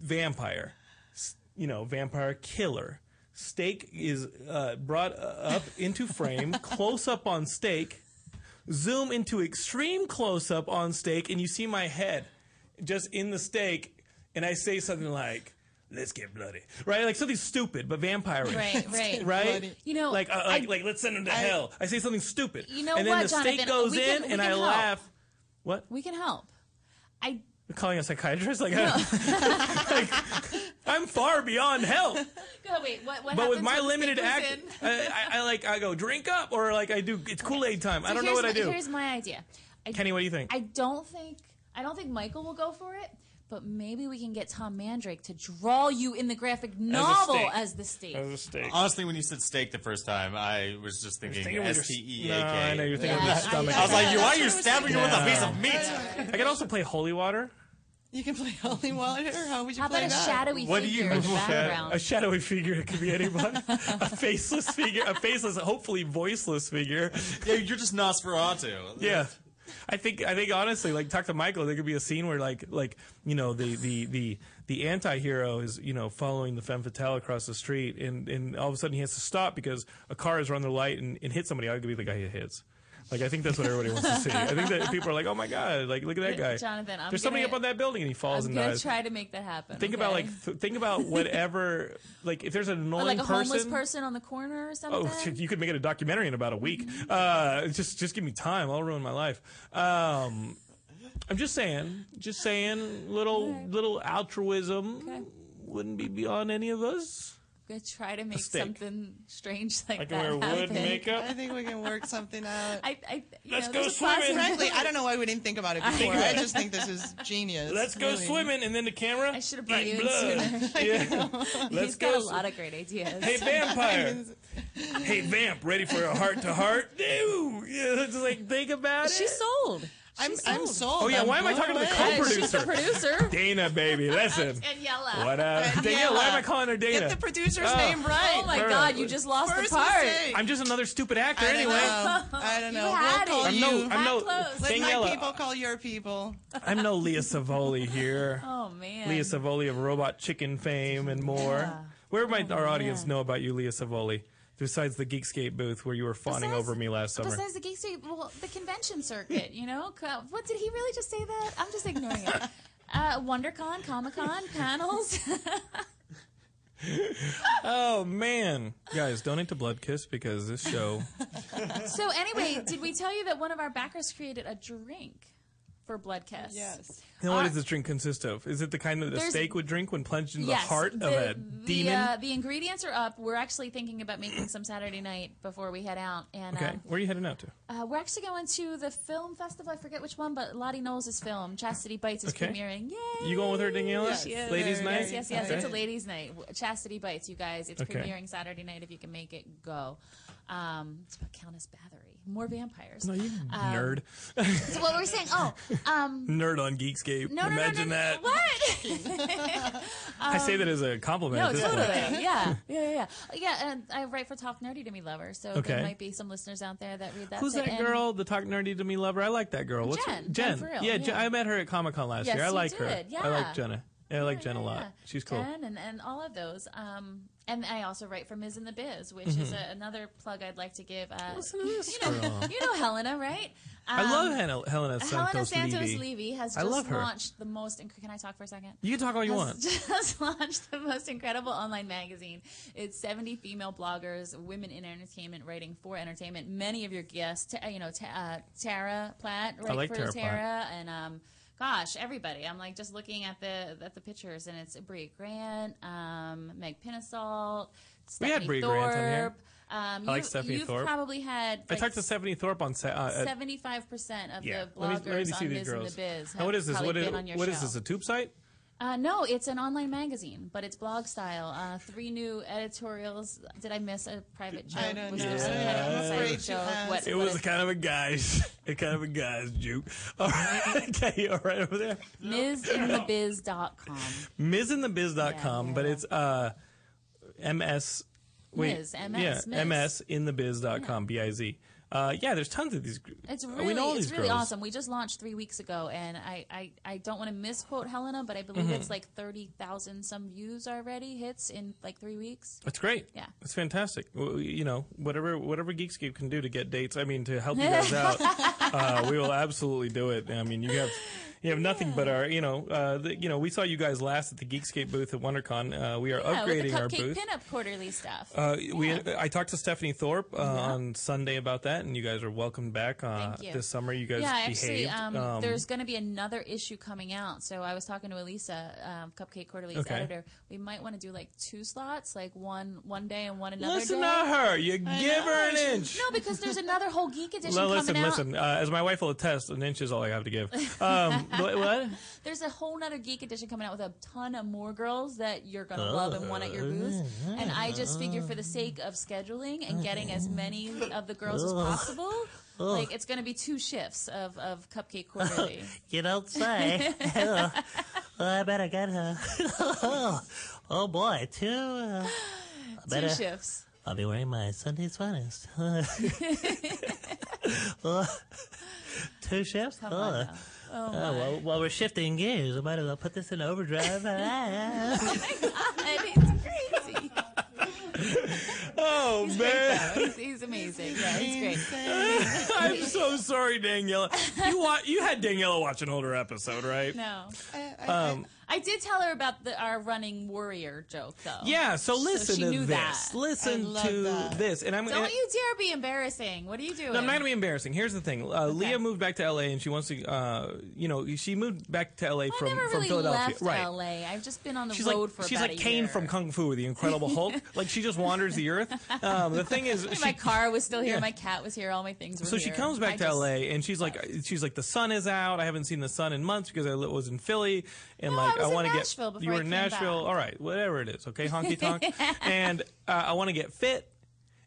Speaker 5: vampire, s- you know, vampire killer. Steak is uh, brought up into frame, close up on steak zoom into extreme close up on steak and you see my head just in the steak and I say something like let's get bloody right like something stupid but vampire
Speaker 7: Right,
Speaker 5: (laughs)
Speaker 7: right.
Speaker 5: right
Speaker 3: bloody.
Speaker 7: You know,
Speaker 5: like uh, like,
Speaker 7: I-
Speaker 5: like let's send him to hell I say something stupid
Speaker 7: You know
Speaker 5: and then
Speaker 7: what,
Speaker 5: the steak
Speaker 7: Jonathan?
Speaker 5: goes
Speaker 7: We can-
Speaker 5: in
Speaker 7: we
Speaker 5: and
Speaker 7: can
Speaker 5: I
Speaker 7: help.
Speaker 5: laugh what
Speaker 7: We can help. I
Speaker 5: You're calling a psychiatrist (laughs) like, I, am far beyond help
Speaker 7: (laughs) go wait. What? what
Speaker 5: but with my
Speaker 7: happens when the
Speaker 5: limited
Speaker 7: steak goes
Speaker 5: act
Speaker 7: in?
Speaker 5: I, I, I like I go drink up or like I do it's Kool-Aid time I
Speaker 7: So
Speaker 5: don't know
Speaker 7: here's
Speaker 5: what I
Speaker 7: my-
Speaker 5: do
Speaker 7: Here's my idea. I,
Speaker 5: Kenny, what do you think?
Speaker 7: I don't think I don't think Michael will go for it, but maybe we can get Tom Mandrake to draw you in the graphic novel
Speaker 5: steak.
Speaker 7: as the state.
Speaker 5: That was a steak
Speaker 6: Honestly, when you said steak the first time, I was just thinking
Speaker 5: thinking with your-
Speaker 6: S T E
Speaker 5: No,
Speaker 6: A
Speaker 5: I know you're
Speaker 6: K.
Speaker 5: thinking of
Speaker 7: Yeah,
Speaker 5: your
Speaker 7: I-
Speaker 5: stomach.
Speaker 7: I-
Speaker 6: I was like, you
Speaker 7: That's what I
Speaker 6: why are you
Speaker 7: was
Speaker 6: stabbing her with a
Speaker 5: thinking.
Speaker 6: piece of meat?
Speaker 5: I could also play holy water.
Speaker 3: You can play Holy Water. How would you
Speaker 7: How
Speaker 3: play
Speaker 7: about a
Speaker 3: that?
Speaker 7: shadowy
Speaker 6: What do
Speaker 7: figure
Speaker 6: you-
Speaker 7: in the
Speaker 6: a shadow-
Speaker 7: background?
Speaker 5: A shadowy figure. It could be anybody.
Speaker 7: (laughs)
Speaker 5: a faceless figure. A faceless, hopefully voiceless figure.
Speaker 6: (laughs) Yeah, you're just Nosferatu.
Speaker 5: Yeah. I think I think honestly, like talk to Michael. There could be a scene where like like you know the the the the anti-hero is you know following the femme fatale across the street, and and all of a sudden he has to stop because a car has run their light and, and hit somebody. I could be the guy who hits. Like I think that's what everybody wants to see. I think that people are like, oh my god, like look at that guy.
Speaker 7: Jonathan, I'm
Speaker 5: there's somebody
Speaker 7: gonna-
Speaker 5: up on that building, and he falls
Speaker 7: I'm
Speaker 5: and
Speaker 7: gonna
Speaker 5: dies.
Speaker 7: try to make that happen.
Speaker 5: Think
Speaker 7: okay?
Speaker 5: about like th- think about whatever like if there's an
Speaker 7: Or
Speaker 5: annoying
Speaker 7: like a homeless
Speaker 5: person.
Speaker 7: person on the corner or something.
Speaker 5: Oh, shit, you could make it a documentary in about a week. Uh, just just give me time. I'll ruin my life. Um, I'm just saying, just saying, little little altruism
Speaker 7: Okay.
Speaker 5: wouldn't be beyond any of us.
Speaker 7: I'm gonna try to make
Speaker 5: steak.
Speaker 7: something strange (laughs) like
Speaker 5: I can
Speaker 7: that
Speaker 5: wear
Speaker 7: happen.
Speaker 5: wood makeup.
Speaker 3: I think we can work something
Speaker 7: (laughs)
Speaker 3: out.
Speaker 7: I, I, you
Speaker 5: Let's
Speaker 7: know,
Speaker 5: go
Speaker 7: there's a
Speaker 5: swimming.
Speaker 7: possibility.
Speaker 3: Frankly, I don't know why we didn't think about it before. I just think this is genius.
Speaker 5: Let's go
Speaker 3: really.
Speaker 5: swimming, and then the camera.
Speaker 7: I should've brought
Speaker 5: and
Speaker 7: you in (laughs)
Speaker 5: blood. Yeah. Let's
Speaker 7: He's got
Speaker 5: go.
Speaker 7: a
Speaker 5: sw-
Speaker 7: lot of great ideas.
Speaker 5: Hey
Speaker 7: (laughs)
Speaker 5: vampire! hey vamp! Ready for a heart to heart? Ew! Yeah, (laughs) just like think about it.
Speaker 7: She's sold.
Speaker 3: I'm,
Speaker 7: She's
Speaker 3: I'm
Speaker 7: sold.
Speaker 3: sold.
Speaker 5: Oh, yeah,
Speaker 3: I'm
Speaker 5: why am I
Speaker 3: blown
Speaker 5: talking to the
Speaker 3: away.
Speaker 5: co-
Speaker 7: She's the producer.
Speaker 5: Dana, baby, listen.
Speaker 7: (laughs) Daniela.
Speaker 5: What up? Daniela, why am I calling her Dana?
Speaker 3: Get the producer's
Speaker 5: Oh.
Speaker 3: name right.
Speaker 7: Oh my
Speaker 5: Her.
Speaker 7: God, you just lost
Speaker 3: First
Speaker 7: the part.
Speaker 3: mistake.
Speaker 5: I'm just another stupid actor
Speaker 3: I don't
Speaker 5: anyway.
Speaker 7: (laughs)
Speaker 3: know. I don't know.
Speaker 7: had
Speaker 3: we'll call
Speaker 7: it.
Speaker 5: I'm
Speaker 3: you.
Speaker 5: no, I'm no,
Speaker 7: That close.
Speaker 3: Let
Speaker 5: Daniela,
Speaker 3: my people call your people.
Speaker 5: (laughs) I'm no Leah Savoli here.
Speaker 7: Oh man.
Speaker 5: Leah Savoli of Robot Chicken fame and more. Where
Speaker 7: Oh,
Speaker 5: might our audience know about you, Leah Savoli? Besides the Geekscape booth where you were fawning
Speaker 7: Besides-
Speaker 5: over me last summer.
Speaker 7: Besides the gay state, well, the convention circuit, you know? Co- What did he really just say that? I'm just ignoring it.
Speaker 5: (laughs)
Speaker 7: Uh, WonderCon, Comic Con, panels. (laughs)
Speaker 5: oh man, guys, donate to Blood Kiss because this
Speaker 7: (laughs)
Speaker 5: show.
Speaker 7: so,
Speaker 5: (laughs)
Speaker 7: anyway, did we tell you that one of our backers created a drink for Blood Kiss?
Speaker 3: Yes.
Speaker 5: now, what does this drink consist of? Is it the kind that a
Speaker 7: Uh, There's-
Speaker 5: steak would drink when plunged into
Speaker 7: yes,
Speaker 5: the heart of a demon?
Speaker 7: The, uh, the ingredients are up. We're actually thinking about making some Saturday night before we head out, and
Speaker 5: okay,
Speaker 7: um,
Speaker 5: where are you heading out to?
Speaker 7: Uh, we're actually going to the film festival. I forget which one, but Lottie Knowles' film, Chastity Bites, is
Speaker 5: Okay.
Speaker 7: premiering. Yay!
Speaker 5: You going with her, Daniela?
Speaker 3: Yes. Yes.
Speaker 5: Ladies'
Speaker 3: Yes,
Speaker 5: night.
Speaker 7: Yes, yes, yes. It's a
Speaker 5: Okay.
Speaker 7: ladies' night. W- Chastity Bites, you guys. It's
Speaker 5: Okay.
Speaker 7: premiering Saturday night. If you can make it, go. Um, it's about Countess Bathory. More vampires.
Speaker 5: No, you nerd.
Speaker 7: So what we're saying? Oh, um,
Speaker 5: Nerd on Geekscape.
Speaker 7: no, no, no, no,
Speaker 5: Imagine
Speaker 7: no,
Speaker 5: that.
Speaker 7: What?
Speaker 5: I say that as a compliment.
Speaker 7: Um, No,
Speaker 5: at this point.
Speaker 7: totally. Yeah, yeah, yeah,
Speaker 5: (laughs)
Speaker 7: yeah. Yeah, and I write for Talk Nerdy to Me Lover, so
Speaker 5: Okay.
Speaker 7: there might be some listeners out there that read that.
Speaker 5: Who's
Speaker 7: thing,
Speaker 5: that
Speaker 7: and-
Speaker 5: girl, the talk nerdy to me lover? I like that girl. What's
Speaker 7: Jen.
Speaker 5: Her?
Speaker 7: Jen
Speaker 5: Jen.
Speaker 7: Frill,
Speaker 5: yeah, Jen-
Speaker 7: yeah.
Speaker 5: I met her at Comic Con last
Speaker 7: Yes,
Speaker 5: year. I
Speaker 7: you
Speaker 5: like her.
Speaker 7: did,
Speaker 5: I like
Speaker 7: yeah.
Speaker 5: Jenna. Yeah, I like Jen a lot.
Speaker 7: Yeah, yeah.
Speaker 5: She's cool.
Speaker 7: Jen and, and all of those. Um, and I also write for Ms. in the Biz, which is a, another plug I'd like to give. Uh,
Speaker 5: Mm-hmm. Listen to this
Speaker 7: (laughs) you,
Speaker 5: girl.
Speaker 7: know, you know Helena, right?
Speaker 5: I
Speaker 7: Um,
Speaker 5: love Hel- Helena Santos.
Speaker 7: Helena Santos
Speaker 5: Levy.
Speaker 7: Levy, has
Speaker 5: I
Speaker 7: just
Speaker 5: love her.
Speaker 7: launched the most. inc- Can I talk for a second?
Speaker 5: You can talk all you want.
Speaker 7: has just (laughs) launched the most incredible online magazine. It's 70 female bloggers, women in entertainment, writing for entertainment. Many of your guests, ta- you know, ta- uh, Tara Platt, right
Speaker 5: like
Speaker 7: for
Speaker 5: Tara
Speaker 7: Tara,
Speaker 5: Platt.
Speaker 7: and um, gosh, everybody. I'm like just looking at the at the pictures, and it's Brie Grant, um, Meg Pinasalt,
Speaker 5: We
Speaker 7: Stephanie
Speaker 5: had Brie
Speaker 7: Thorpe.
Speaker 5: Grant on here.
Speaker 7: Um,
Speaker 5: I like
Speaker 7: you've-
Speaker 5: Stephanie
Speaker 7: you've
Speaker 5: Thorpe.
Speaker 7: probably had.
Speaker 5: I
Speaker 7: Like,
Speaker 5: talked to Stephanie Thorpe on. Sa- uh, at-
Speaker 7: Seventy-five percent of
Speaker 5: yeah.
Speaker 7: the
Speaker 5: Let me,
Speaker 7: bloggers
Speaker 5: let me see
Speaker 7: on
Speaker 5: these
Speaker 7: Biz and
Speaker 5: girls.
Speaker 7: the Biz.
Speaker 5: now, what is this?
Speaker 7: probably
Speaker 5: What is,
Speaker 7: been on your
Speaker 5: what
Speaker 7: show.
Speaker 5: is this? A tube site?
Speaker 7: Uh, no, it's an online magazine, but it's blog style. Uh, three new editorials. Did I miss a private joke?
Speaker 3: I don't
Speaker 7: Was
Speaker 3: know.
Speaker 7: there some
Speaker 3: I don't
Speaker 7: kind
Speaker 3: know.
Speaker 7: of
Speaker 3: I'm
Speaker 7: inside
Speaker 3: afraid to
Speaker 7: joke?
Speaker 3: ask.
Speaker 7: What-
Speaker 5: It
Speaker 7: what
Speaker 5: was
Speaker 7: is-
Speaker 5: kind of a (laughs) guy's, a kind of a guy's joke. All right, (laughs) okay, all right over there.
Speaker 7: MsInTheBiz.com.
Speaker 5: MsInTheBiz.com,
Speaker 7: Yeah,
Speaker 5: but
Speaker 7: yeah.
Speaker 5: it's uh, M S Wait,
Speaker 7: Ms. MS.
Speaker 5: yeah,
Speaker 7: Ms.
Speaker 5: MS in the biz.com, B I Z. Uh, yeah, there's tons of these. gr-
Speaker 7: It's
Speaker 5: we
Speaker 7: really,
Speaker 5: know all
Speaker 7: it's
Speaker 5: these
Speaker 7: really
Speaker 5: girls.
Speaker 7: awesome. We just launched three weeks ago, and I, I, I don't want to misquote Helena, but I believe
Speaker 5: Mm-hmm.
Speaker 7: it's like thirty thousand some views already hits in like three weeks.
Speaker 5: That's great.
Speaker 7: Yeah.
Speaker 5: it's fantastic. W- You know, whatever whatever Geekscape can do to get dates, I mean, to help you
Speaker 7: (laughs)
Speaker 5: guys out, uh, we will absolutely do it. I mean, you have you have nothing but our, you know, uh, the, you know, we saw you guys last at the Geekscape booth at WonderCon. Uh, we are
Speaker 7: Yeah, with the
Speaker 5: upgrading our
Speaker 7: cupcake
Speaker 5: booth.
Speaker 7: pinup quarterly stuff.
Speaker 5: Uh, we I talked to Stephanie Thorpe uh, on Sunday about that, and you guys are welcome back. Uh,
Speaker 7: Thank you.
Speaker 5: This summer, you guys
Speaker 7: yeah, actually,
Speaker 5: behaved.
Speaker 7: um, there's going to be another issue coming out. So I was talking to Elisa, um, Cupcake Quarterly's
Speaker 5: Okay.
Speaker 7: editor. We might want to do like two slots, like one one day and one another
Speaker 5: listen
Speaker 7: day.
Speaker 5: to her. You give her an inch.
Speaker 7: No, because there's another whole geek edition
Speaker 5: Well, listen,
Speaker 7: coming out.
Speaker 5: listen. Uh, as my wife will attest, an inch is all I have to
Speaker 7: (laughs)
Speaker 5: give. Um, what, what?
Speaker 7: There's a whole nother geek edition coming out with a ton of more girls that you're gonna love and want at your booth. And I just figure for the sake of scheduling and getting as many of the girls
Speaker 8: (laughs) Oh.
Speaker 7: as possible, like it's gonna be two shifts of, of cupcake
Speaker 8: (laughs)
Speaker 7: quarterly.
Speaker 8: You don't
Speaker 7: (laughs)
Speaker 8: say. well, Oh, I better get her. (laughs) oh boy, two. Uh, I
Speaker 7: two
Speaker 8: better,
Speaker 7: shifts. (laughs)
Speaker 8: I'll be wearing my Sunday sweaters. two shifts?
Speaker 7: Come on
Speaker 8: Oh.
Speaker 7: now.
Speaker 8: Oh, well, while we're shifting gears, I might as well put this in
Speaker 7: (laughs)
Speaker 8: overdrive. Ah.
Speaker 7: it's
Speaker 8: (laughs)
Speaker 7: crazy.
Speaker 5: Oh man,
Speaker 7: He's, he's amazing. Yeah, he's great.
Speaker 5: (laughs) I'm so sorry, Daniela. You wa- you had Daniela watch an older episode, right?
Speaker 7: No,
Speaker 3: I, I,
Speaker 5: Um,
Speaker 7: I did tell her about the, our running warrior joke though.
Speaker 5: Yeah. So listen
Speaker 7: she
Speaker 5: to
Speaker 7: knew
Speaker 5: this.
Speaker 7: that.
Speaker 5: Listen
Speaker 3: I love
Speaker 5: to
Speaker 3: that.
Speaker 5: this, and I'm.
Speaker 7: Don't
Speaker 5: and-
Speaker 7: you dare be embarrassing. What are you doing?
Speaker 5: No, I'm not going to be embarrassing. Here's the thing. Uh, Leah moved back to LA and she wants to, uh, you know, she moved back to LA from,
Speaker 7: I never
Speaker 5: from
Speaker 7: really
Speaker 5: Philadelphia.
Speaker 7: left
Speaker 5: right.
Speaker 7: LA. I've just been on the
Speaker 5: She's
Speaker 7: road
Speaker 5: like
Speaker 7: for
Speaker 5: she's
Speaker 7: about
Speaker 5: like
Speaker 7: a
Speaker 5: Kane
Speaker 7: year.
Speaker 5: from Kung Fu, the Incredible Hulk. like she just wanders the earth. Um, the thing
Speaker 7: (laughs)
Speaker 5: is,
Speaker 7: (laughs) my
Speaker 5: she,
Speaker 7: car was still here.
Speaker 5: Yeah.
Speaker 7: My cat was here. All my things were
Speaker 5: so
Speaker 7: here.
Speaker 5: she comes back
Speaker 7: I
Speaker 5: to
Speaker 7: just-
Speaker 5: LA and she's like, she's like, the sun is out. I haven't seen the sun in months because I li- was in Philly and
Speaker 7: No,
Speaker 5: like
Speaker 7: I was in
Speaker 5: want to get.
Speaker 7: Nashville before
Speaker 5: you
Speaker 7: I
Speaker 5: were in
Speaker 7: came
Speaker 5: Nashville,
Speaker 7: back.
Speaker 5: all right, whatever it is, okay,
Speaker 7: (laughs)
Speaker 5: honky tonk. And uh, I want to get fit,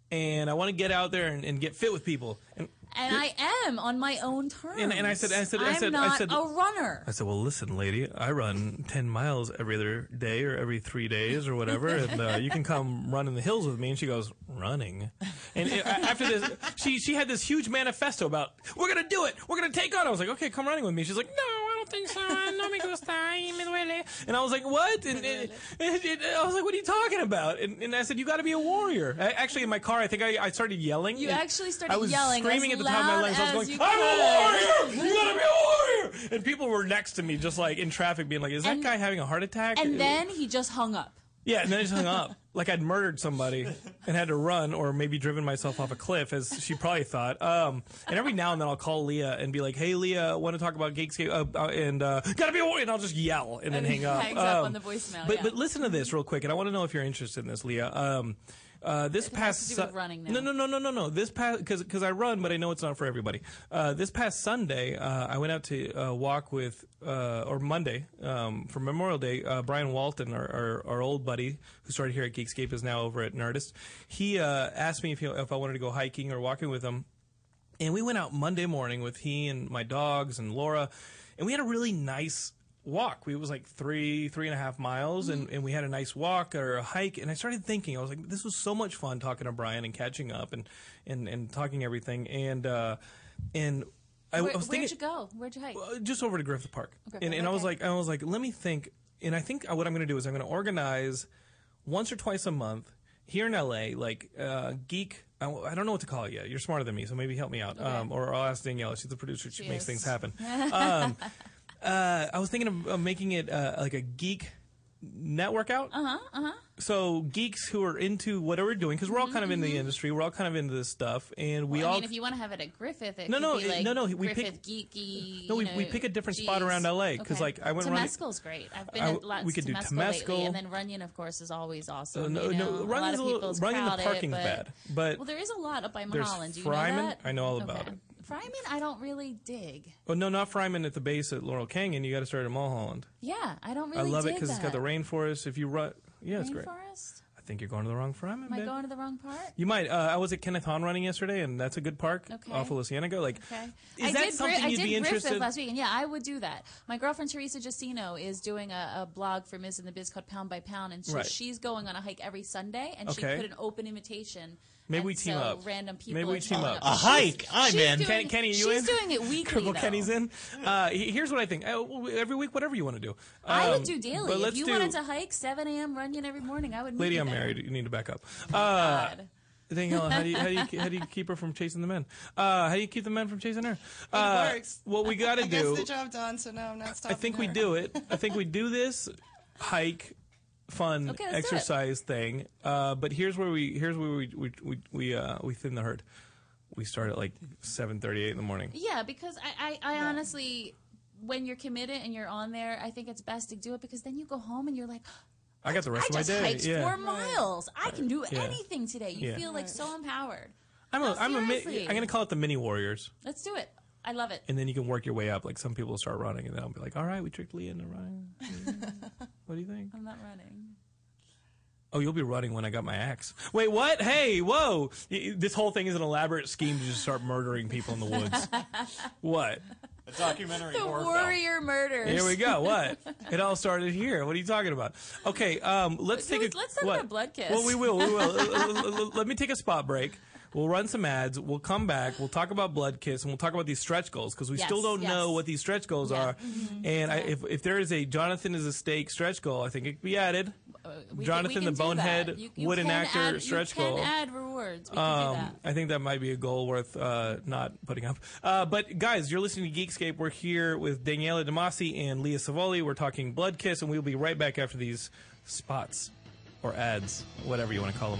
Speaker 5: and I want to get out there and, and get fit with people. And
Speaker 7: And I am on my own terms.
Speaker 5: And- and I said- I said- I
Speaker 7: I'm
Speaker 5: said- I
Speaker 7: not
Speaker 5: said-
Speaker 7: a runner.
Speaker 5: I said, "Well, listen, lady, I run ten miles every other day or every three days or
Speaker 7: (laughs)
Speaker 5: whatever, and uh, you can come run in the hills with me." And she goes, "Running." And it, a- after this, she she had this huge manifesto about, "We're gonna do it. We're gonna take on." I was like, "Okay, come running with me." She's like, "No, I don't think so. No me gusta. Ay, me duele." And I was like, "What?" And, and- and- and I was like, "What are you talking about?" And, and I said, "You got to be a warrior." I, actually, in my car, I think I, I started yelling.
Speaker 7: You
Speaker 5: and
Speaker 7: actually started
Speaker 5: I was
Speaker 7: yelling
Speaker 5: screaming
Speaker 7: as
Speaker 5: at the top of my
Speaker 7: loud
Speaker 5: lungs. I
Speaker 7: as
Speaker 5: was
Speaker 7: you
Speaker 5: going, "I'm a
Speaker 7: could."
Speaker 5: warrior!" You gotta be a warrior! And people were next to me, just like in traffic, being like, "Is that
Speaker 7: And-
Speaker 5: guy having a heart attack?"
Speaker 7: And then he just hung up.
Speaker 5: yeah, and then I just hung up, like I'd murdered somebody and had to run, or maybe driven myself off a cliff, as she probably thought. Um, and every now and then I'll call Leah and be like, "Hey, Leah, want to talk about Geekscape?" Uh, uh, and uh, gotta be a warrior, and I'll just yell and then
Speaker 7: And
Speaker 5: hang up.
Speaker 7: (laughs) hangs up
Speaker 5: Um,
Speaker 7: on the voicemail,
Speaker 5: But
Speaker 7: yeah.
Speaker 5: but listen to this real quick, and I want to know if you're interested in this, Leah. Um, uh, this
Speaker 7: has
Speaker 5: past
Speaker 7: to do with
Speaker 5: Su-
Speaker 7: running now.
Speaker 5: no no no no no no this past because because I run but I know it's not for everybody. Uh, this past Sunday uh, I went out to uh, walk with uh, or Monday um, for Memorial Day. Uh, Brian Walton, our, our our old buddy who started here at Geekscape, is now over at Nerdist. He uh, asked me if he, if I wanted to go hiking or walking with him, and we went out Monday morning with he and my dogs and Laura, and we had a really nice walk. We it was like three, three and a half miles, and, and we had a nice walk or a hike. And I started thinking, I was like, this was so much fun talking to Brian and catching up and and and talking everything. And uh, and I, I
Speaker 7: Where,
Speaker 5: was
Speaker 7: where'd
Speaker 5: thinking,
Speaker 7: you go? Where'd you hike?
Speaker 5: uh, just over to Griffith Park.
Speaker 7: Griffith,
Speaker 5: And, and I was
Speaker 7: okay.
Speaker 5: like, I was like, let me think. And I think uh, what I'm going to do is I'm going to organize once or twice a month here in LA, like uh, geek. I, I don't know what to call it yet. You're smarter than me, so maybe help me out. Um, or I'll ask Daniela. She's the producer. She, makes
Speaker 7: is.
Speaker 5: things happen.
Speaker 7: (laughs)
Speaker 5: um, uh, I was thinking of, of making it uh, like a geek network out. Uh
Speaker 7: Uh-huh,
Speaker 5: huh. Uh huh. So geeks who are into whatever we're doing, because we're all kind of in the industry. We're all kind of into this stuff, and we
Speaker 7: Mm-hmm, I
Speaker 5: all
Speaker 7: mean, if you want to have it at Griffith, it
Speaker 5: No,
Speaker 7: could
Speaker 5: no,
Speaker 7: be
Speaker 5: it-
Speaker 7: like
Speaker 5: no, no, we pick-
Speaker 7: Griffith geeky.
Speaker 5: No, we-
Speaker 7: you know,
Speaker 5: we pick a different spot around LA, 'cause, like, I went running-
Speaker 7: Temescal's great. I've been
Speaker 5: I-
Speaker 7: at lots
Speaker 5: we
Speaker 7: of
Speaker 5: could do
Speaker 7: Temescal,
Speaker 5: Temescal.
Speaker 7: lately, and then Runyon, of course, is always awesome.
Speaker 5: Uh, no,
Speaker 7: you
Speaker 5: no,
Speaker 7: know? a lot
Speaker 5: Runyon's
Speaker 7: of
Speaker 5: a little-
Speaker 7: people's
Speaker 5: Runyon, the
Speaker 7: crowded,
Speaker 5: parking's
Speaker 7: but,
Speaker 5: bad, but-
Speaker 7: well, there is a lot up by
Speaker 5: There's
Speaker 7: Mulholland. Do you
Speaker 5: Fryman.
Speaker 7: know that?
Speaker 5: I know all about
Speaker 7: Okay.
Speaker 5: it.
Speaker 7: Fryman, I don't really dig.
Speaker 5: Well, Oh, no, not Fryman at the base at Laurel Canyon. You got to start at Mulholland.
Speaker 7: Yeah, I don't really.
Speaker 5: I love it
Speaker 7: dig
Speaker 5: because it's got the
Speaker 7: Oh, that.
Speaker 5: rainforest. If you run, yeah, it's great.
Speaker 7: Rainforest?
Speaker 5: I think you're going to the wrong farm.
Speaker 7: Am I going to the wrong part?
Speaker 5: You might. Uh, I was at Kenneth Hahn running yesterday, and that's a good park
Speaker 7: Okay.
Speaker 5: off of Lucianago. Like,
Speaker 7: Okay.
Speaker 5: is that
Speaker 7: I did gri-
Speaker 5: something
Speaker 7: I
Speaker 5: you'd
Speaker 7: did
Speaker 5: be
Speaker 7: riff this
Speaker 5: interested?
Speaker 7: last weekend. Yeah, I would do that. My girlfriend Teresa Justino is doing a, a blog for Ms. in the Biz called Pound by Pound, and so
Speaker 5: Right.
Speaker 7: she's going on a hike every Sunday, and
Speaker 5: Okay.
Speaker 7: she put an open invitation.
Speaker 5: Maybe
Speaker 7: and
Speaker 5: we team
Speaker 7: so
Speaker 5: up.
Speaker 7: Random people.
Speaker 5: Maybe we
Speaker 7: are
Speaker 5: team
Speaker 7: showing
Speaker 5: up.
Speaker 6: A hike. I'm
Speaker 7: she's
Speaker 6: in.
Speaker 7: doing-
Speaker 5: Kenny, Kenny, you
Speaker 7: she's
Speaker 5: in?
Speaker 7: doing it
Speaker 5: (laughs)
Speaker 7: weekly.
Speaker 5: Cripple
Speaker 7: though.
Speaker 5: Kenny's in. Uh, he- here's what I think. Uh, well, every week, whatever you want to do.
Speaker 7: I
Speaker 5: Um,
Speaker 7: would do daily.
Speaker 5: But let's
Speaker 7: if you
Speaker 5: do,
Speaker 7: wanted to hike 7 a.m. Runyon every morning, I would. meet
Speaker 5: lady,
Speaker 7: you
Speaker 5: I'm
Speaker 7: there.
Speaker 5: married. You need to back up.
Speaker 7: (laughs) God.
Speaker 5: Danielle, how do you how do you, how do you keep her from chasing the men? Uh, how do you keep the men from chasing her? Uh,
Speaker 3: works.
Speaker 5: What we
Speaker 7: (laughs)
Speaker 5: got to
Speaker 3: I got
Speaker 5: do?
Speaker 3: the job done, so now I'm not
Speaker 5: I
Speaker 3: stopping.
Speaker 5: think we
Speaker 3: her.
Speaker 5: do it. I think we do this hike, fun
Speaker 7: Okay, let's do it.
Speaker 5: exercise thing. Uh, but here's where we here's where we we we we, uh, we thin the herd. We start at like seven thirty eight in the morning.
Speaker 7: Yeah, because I, I, I honestly, when you're committed and you're on there, I think it's best to do it because then you go home and you're like,
Speaker 5: I got the
Speaker 7: I
Speaker 5: rest of
Speaker 7: just
Speaker 5: my day.
Speaker 7: hiked
Speaker 5: Yeah,
Speaker 7: four miles. I can do
Speaker 5: Yeah.
Speaker 7: anything today. You
Speaker 5: Yeah.
Speaker 7: feel like so empowered.
Speaker 5: I'm a,
Speaker 7: No,
Speaker 5: I'm a mi-
Speaker 7: seriously.
Speaker 5: I'm gonna call it the mini warriors,
Speaker 7: Let's do it. I love it.
Speaker 5: and then you can work your way up. Like some people start running, and then I'll be like, all right, we tricked Leah into
Speaker 7: (laughs)
Speaker 5: running. what do you think?
Speaker 7: I'm not running.
Speaker 5: Oh, you'll be running when I got my axe. Wait, what? Hey, whoa! Y- y- This whole thing is an elaborate scheme to just start murdering people in the woods.
Speaker 7: (laughs)
Speaker 5: what?
Speaker 6: A documentary
Speaker 7: The
Speaker 6: horror film.
Speaker 7: warrior murders.
Speaker 5: Here we go.
Speaker 7: (laughs)
Speaker 5: What? It all started here. What are you talking about? Okay, um, let's
Speaker 7: Can
Speaker 5: take
Speaker 7: we-
Speaker 5: a
Speaker 7: let's talk
Speaker 5: what?
Speaker 7: about blood kiss.
Speaker 5: Well, we will. We will. L- l- l- l- Let me take a spot break. We'll run some ads. We'll come back. We'll talk about blood kiss, and we'll talk about these stretch goals because we
Speaker 7: Yes,
Speaker 5: still don't
Speaker 7: yes.
Speaker 5: know what these stretch goals
Speaker 7: Yeah.
Speaker 5: are. And I, if if there is a Jonathan is a stake stretch goal, I think it could be added.
Speaker 7: Uh, We can- we
Speaker 5: Jonathan
Speaker 7: can
Speaker 5: the
Speaker 7: do that.
Speaker 5: Bonehead
Speaker 7: You- you
Speaker 5: Wooden
Speaker 7: can
Speaker 5: Actor
Speaker 7: add,
Speaker 5: stretch
Speaker 7: you can
Speaker 5: goal.
Speaker 7: add rewards. We can do
Speaker 5: Um,
Speaker 7: that.
Speaker 5: I think that might be a goal worth uh, not putting up. Uh, but guys, you're listening to Geekscape. We're here with Daniela Damasi and Leah Savoli. We're talking Blood Kiss, and we'll be right back after these spots or ads, whatever you want to call them.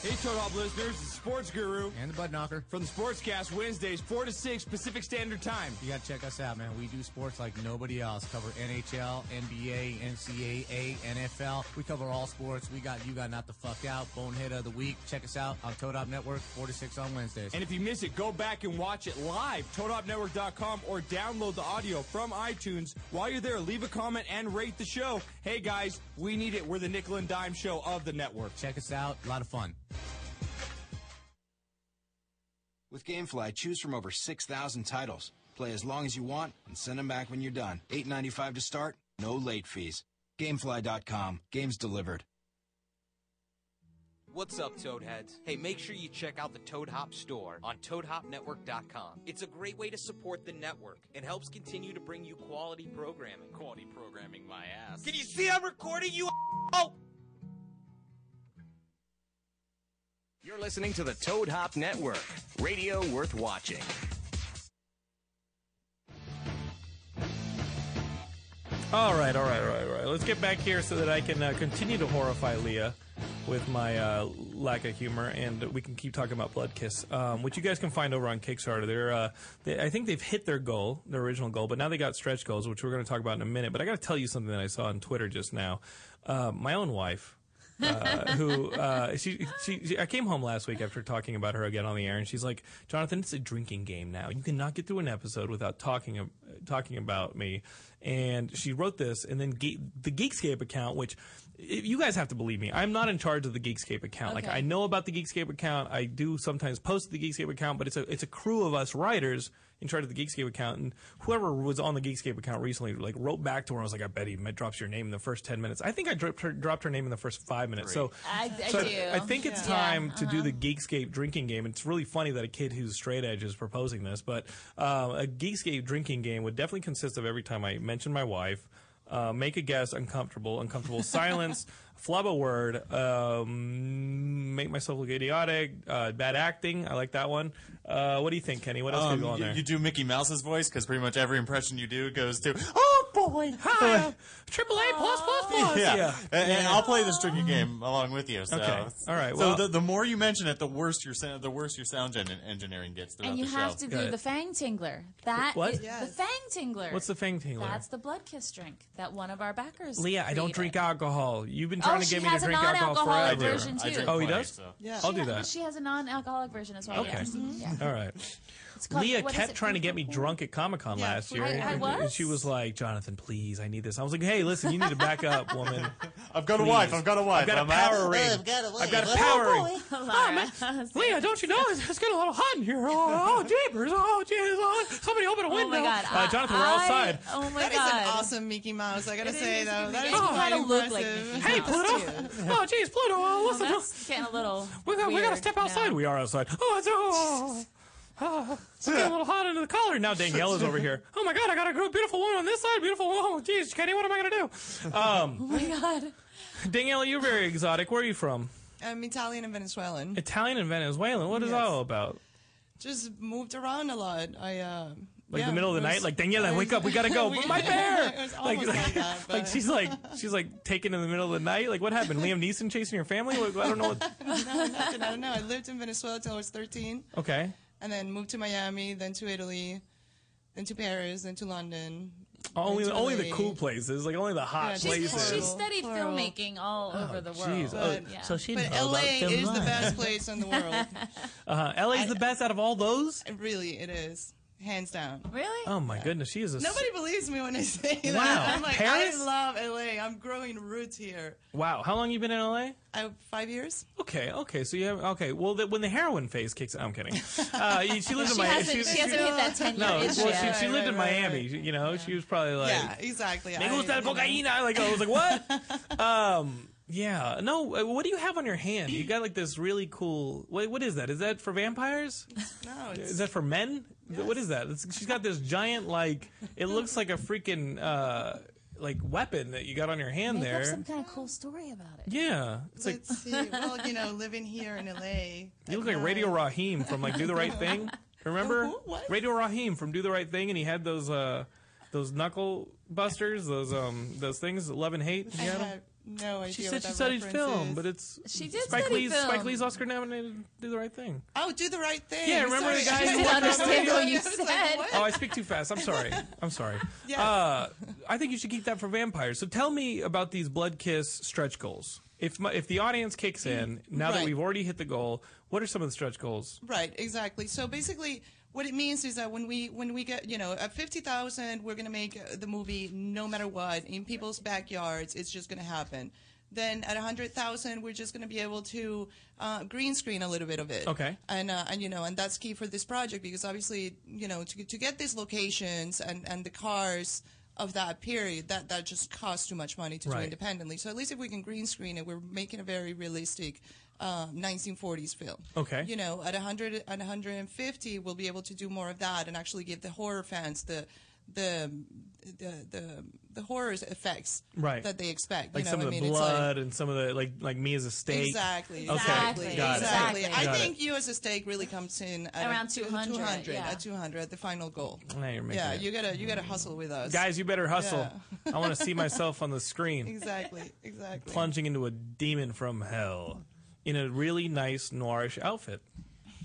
Speaker 9: Hey, Toad Hop listeners, it's Sports Guru and the Bud Knocker from the Sportscast Wednesdays, 4 to 6 Pacific Standard Time.
Speaker 10: You gotta check us out, man. We do sports like nobody else. Cover NHL, NBA, NCAA, NFL. We cover all sports. We got you got not the fuck out. Bonehead of the week. Check us out on Toad Hop Network, four to six on Wednesdays.
Speaker 9: And if you miss it, go back and watch it live, toadhopnetwork.com, or download the audio from iTunes. While you're there, leave a comment and rate the show. Hey, guys, we need it. We're the nickel and dime show of the network.
Speaker 10: check us out. A lot of fun.
Speaker 11: With GameFly, choose from over 6,000 titles. Play as long as you want and send them back when you're done. $8.95 to start, no late fees. GameFly.com, games delivered.
Speaker 9: What's up, Toadheads? Hey, make sure you check out the Toad Hop store on ToadHopNetwork.com. It's a great way to support the network and helps continue to bring you quality programming.
Speaker 6: Quality programming my ass.
Speaker 9: Can you see I'm recording you? Oh!
Speaker 1: You're listening to the Toad Hop Network, radio worth watching.
Speaker 5: All right, all right, all right, all right. Let's get back here so that I can uh, continue to horrify Leah with my uh, lack of humor, and we can keep talking about Blood Kiss, um, which you guys can find over on Kickstarter. They're, uh, they, I think they've hit their goal, their original goal, but now they got stretch goals, which we're going to talk about in a minute. But I got to tell you something that I saw on Twitter just now. Uh, my own wife. uh, who uh, she, she, she I came home last week after talking about her again on the air, and she's like, "Jonathan, it's a drinking game now. You cannot get through an episode without talking uh, talking about me." And she wrote this, and then Ge- the Geekscape account, which i- you guys have to believe me, I'm not in charge of the Geekscape account. Like
Speaker 7: Okay.
Speaker 5: I know about the Geekscape account, I do sometimes post the Geekscape account, but it's a it's a crew of us writers. In charge of the Geekscape account, and whoever was on the Geekscape account recently, like wrote back to her. and was like, "I bet he drops your name in the first ten minutes." I think I dropped her, dropped her name in the first five minutes. So
Speaker 7: I, I
Speaker 5: so
Speaker 7: do.
Speaker 5: I, I think it's
Speaker 7: Yeah. Uh-huh.
Speaker 5: time to do the Geekscape drinking game. It's really funny that a kid who's straight edge is proposing this, but uh, a Geekscape drinking game would definitely consist of every time I mention my wife. uh, make a guess, uncomfortable,
Speaker 7: (laughs)
Speaker 5: uncomfortable silence, flub a word, um, make myself look idiotic, uh, bad acting. I like that one. Uh, what do you think, Kenny? What else
Speaker 6: Um,
Speaker 5: could go on
Speaker 6: you,
Speaker 5: there?
Speaker 6: you do Mickey Mouse's voice because pretty much every impression you do goes to.
Speaker 5: oh boy,
Speaker 6: (laughs)
Speaker 5: hi, triple A plus plus plus.
Speaker 6: Yeah. And, and I'll play the drinking game along with you. So.
Speaker 5: Okay. All right,
Speaker 6: So
Speaker 5: well-
Speaker 6: the, the more you mention it, the worse your sound, the worse your sound gen- engineering gets throughout
Speaker 7: and you
Speaker 6: the
Speaker 7: have to
Speaker 6: show.
Speaker 7: do the fang tingler. That
Speaker 5: What?
Speaker 7: is- the fang tingler.
Speaker 5: What's the fang tingler?
Speaker 7: That's the blood kiss drink that one of our backers.
Speaker 5: Leah, I don't
Speaker 7: created.
Speaker 5: drink alcohol. You've been trying
Speaker 7: Oh,
Speaker 5: to get
Speaker 7: she
Speaker 5: me to
Speaker 7: has a
Speaker 5: drink alcohol
Speaker 7: non-alcoholic
Speaker 5: forever.
Speaker 7: version, I too. drink
Speaker 5: Oh, he
Speaker 7: plenty,
Speaker 5: does?
Speaker 6: so-
Speaker 7: Yeah.
Speaker 5: I'll
Speaker 7: She
Speaker 5: do
Speaker 7: ha-
Speaker 5: that.
Speaker 7: She has a non-alcoholic version as well.
Speaker 5: Okay.
Speaker 7: yes. Yeah.
Speaker 5: All right.
Speaker 7: called-
Speaker 5: Leah
Speaker 7: what is
Speaker 5: kept
Speaker 7: it,
Speaker 5: trying to
Speaker 7: food
Speaker 5: get me drunk at Comic Con
Speaker 7: Yeah,
Speaker 5: last
Speaker 7: food
Speaker 5: year.
Speaker 7: for
Speaker 5: and-
Speaker 7: thought. I
Speaker 5: and,
Speaker 7: was?
Speaker 5: she was like, Jonathan, please, I need this. I was like, hey, listen, you need to back up,
Speaker 7: (laughs)
Speaker 5: woman.
Speaker 6: I've got a wife, I've got a wife,
Speaker 5: I've got
Speaker 6: I'm
Speaker 5: a power
Speaker 6: out.
Speaker 5: ring.
Speaker 6: I've got a wife.
Speaker 5: got a
Speaker 6: Oh,
Speaker 5: power ring.
Speaker 7: (laughs) Leah,
Speaker 5: don't you know it's, it's getting a little hot in here? Oh, oh jeepers! Oh, jeez! Oh, somebody open a
Speaker 7: Oh my
Speaker 5: window!
Speaker 7: God,
Speaker 5: Uh, Jonathan, we're outside.
Speaker 7: Oh my
Speaker 3: That is
Speaker 7: god!
Speaker 3: an awesome Mickey Mouse. I gotta
Speaker 7: It
Speaker 3: say
Speaker 7: is
Speaker 3: though,
Speaker 7: Mickey
Speaker 3: that is
Speaker 7: Mouse. You
Speaker 3: quite
Speaker 7: kinda look like
Speaker 3: impressive.
Speaker 7: Mickey
Speaker 5: Hey, Pluto! oh, jeez, Pluto! Oh,
Speaker 7: Well,
Speaker 5: listen,
Speaker 7: that's getting a little.
Speaker 5: (laughs) we got we got to
Speaker 7: weird
Speaker 5: step
Speaker 7: now.
Speaker 5: outside. We are outside. Oh, it's oh, oh, it's getting a little hot under the collar. Now Daniela's over here. Oh my God! I got a gr- beautiful woman on this side. Beautiful. Oh, jeez, Kenny, what am I gonna do? Um,
Speaker 3: Oh my
Speaker 7: god.
Speaker 5: Daniela, you're very exotic. Where are you from?
Speaker 3: I'm Italian and Venezuelan.
Speaker 5: Italian and Venezuelan. What is that all about?
Speaker 3: Just moved around a lot. I uh,
Speaker 5: Like
Speaker 3: yeah,
Speaker 5: the middle of the
Speaker 3: I was-
Speaker 5: night, like Daniela, wake up, we gotta go.
Speaker 3: We- (laughs)
Speaker 5: My bear.
Speaker 3: It was almost like that,
Speaker 5: (laughs)
Speaker 3: but-
Speaker 5: like she's like she's like taken in the middle of the night. Like what happened? Liam Neeson chasing your family? What- I don't know.
Speaker 3: (laughs)
Speaker 5: What,
Speaker 3: no, nothing. I don't know. I lived in Venezuela till I was 13,
Speaker 5: okay.
Speaker 3: and then moved to Miami, then to Italy, then to Paris, then to London.
Speaker 5: Only
Speaker 3: then to
Speaker 5: only the
Speaker 3: LA.
Speaker 5: cool places, like only the hot
Speaker 3: Yeah,
Speaker 7: She,
Speaker 5: places.
Speaker 7: she studied
Speaker 3: Horrible.
Speaker 7: filmmaking all over the world.
Speaker 5: jeez. Oh,
Speaker 7: yeah.
Speaker 5: so she
Speaker 3: But
Speaker 5: know about
Speaker 3: LA
Speaker 5: them
Speaker 3: is the
Speaker 5: lies.
Speaker 3: best
Speaker 5: (laughs)
Speaker 3: place in the world.
Speaker 5: Uh, LA's the best out of all those.
Speaker 3: really, it is. Hands down.
Speaker 7: Really?
Speaker 5: Oh my goodness, she is a s-
Speaker 3: Nobody believes me when I say that.
Speaker 5: Wow.
Speaker 3: I'm like,
Speaker 5: Paris?
Speaker 3: I love LA. I'm growing roots here.
Speaker 5: wow. How long you been in LA?
Speaker 3: I, five years?
Speaker 5: Okay, okay. So you have okay. Well, the, when the heroin phase kicks, I'm kidding. Uh, you-
Speaker 3: (laughs)
Speaker 5: she lived in
Speaker 3: She
Speaker 5: Miami.
Speaker 3: hasn't- she hasn't hit that 10
Speaker 5: No,
Speaker 3: year itch
Speaker 5: well,
Speaker 3: yet.
Speaker 5: she, she
Speaker 3: Right,
Speaker 5: lived in
Speaker 3: right, right,
Speaker 5: Miami. You know, she was probably like,
Speaker 3: yeah, exactly.
Speaker 5: Me
Speaker 3: I-
Speaker 5: gusta la
Speaker 3: you know.
Speaker 5: cocaína. Like I was like, what? (laughs) um, yeah. No. uh, What do you have on your hand? You got like this really cool. Wait, what is that? Is that for vampires?
Speaker 3: No, it's,
Speaker 5: Is that for men? Th- What is that? It's, she's got this giant like. It looks like a freaking uh, like weapon that you got on your hand
Speaker 7: Make
Speaker 5: there.
Speaker 7: up some kind of cool story about it.
Speaker 5: yeah. It's like
Speaker 3: let's see. Well, you know, living here in LA.
Speaker 5: you look like Radio Raheem from like Do the Right Thing. Remember
Speaker 3: Who? What?
Speaker 5: Radio Raheem from Do the Right Thing, and he had those uh, those knuckle busters, those um, those things, love and hate.
Speaker 3: I
Speaker 5: You had 'em?
Speaker 3: have no idea.
Speaker 5: She
Speaker 3: what
Speaker 5: said she
Speaker 3: that
Speaker 5: studied
Speaker 3: reference
Speaker 5: film,
Speaker 3: is.
Speaker 5: but it's
Speaker 3: She did
Speaker 5: Spike
Speaker 3: study
Speaker 5: Lee's, Spike
Speaker 3: film.
Speaker 5: Lee's Oscar nominated Do the Right Thing.
Speaker 3: Oh, do the right thing.
Speaker 5: Yeah, remember the
Speaker 3: (laughs)
Speaker 5: guy
Speaker 3: Sorry.
Speaker 5: who-
Speaker 3: I didn't
Speaker 5: Understand what
Speaker 3: I
Speaker 5: you
Speaker 3: was like, what?
Speaker 5: Oh, I speak too fast. I'm sorry. I'm sorry.
Speaker 3: (laughs) Yes.
Speaker 5: Uh, I think you should keep that for vampires. So tell me about these blood kiss stretch goals. If my, if the audience kicks in now that
Speaker 3: Right.
Speaker 5: we've already hit the goal, what are some of the stretch goals?
Speaker 3: Right, exactly. So basically, what it means is that when we when we get you know at fifty thousand, we're gonna make uh, the movie no matter what in people's backyards. It's just gonna happen. Then at hundred thousand, we're just gonna be able to uh, green screen a little bit of it.
Speaker 5: Okay.
Speaker 3: And uh, and you know and that's key for this project because obviously you know to to get these locations and and the cars. Of that period, that that just costs too much money to do
Speaker 5: Right.
Speaker 3: independently. So at least if we can green screen it, we're making a very realistic uh, 1940s film.
Speaker 5: Okay.
Speaker 3: You know, at 100 and 150, we'll be able to do more of that and actually give the horror fans the the the the, the horror effects
Speaker 5: Right.
Speaker 3: that they expect.
Speaker 5: Like
Speaker 3: you know,
Speaker 5: some
Speaker 3: I
Speaker 5: of the
Speaker 3: mean, it's
Speaker 5: blood and some of the like like me as a
Speaker 3: Like,
Speaker 5: steak.
Speaker 3: exactly.
Speaker 5: Okay.
Speaker 3: Exactly.
Speaker 5: Got
Speaker 3: exactly.
Speaker 5: it.
Speaker 3: I
Speaker 5: Got
Speaker 3: think you as a steak really comes in at
Speaker 7: Around
Speaker 3: a-
Speaker 7: 200,
Speaker 3: 200,
Speaker 7: yeah.
Speaker 3: At 200, at the final goal.
Speaker 5: Now you're making
Speaker 3: yeah,
Speaker 5: it.
Speaker 3: you gotta you gotta hustle with us,
Speaker 5: Guys, you better hustle.
Speaker 3: Yeah.
Speaker 5: I want
Speaker 3: (laughs)
Speaker 5: to see myself on the screen.
Speaker 3: exactly. Exactly.
Speaker 5: plunging into a demon from hell in a really nice noirish outfit.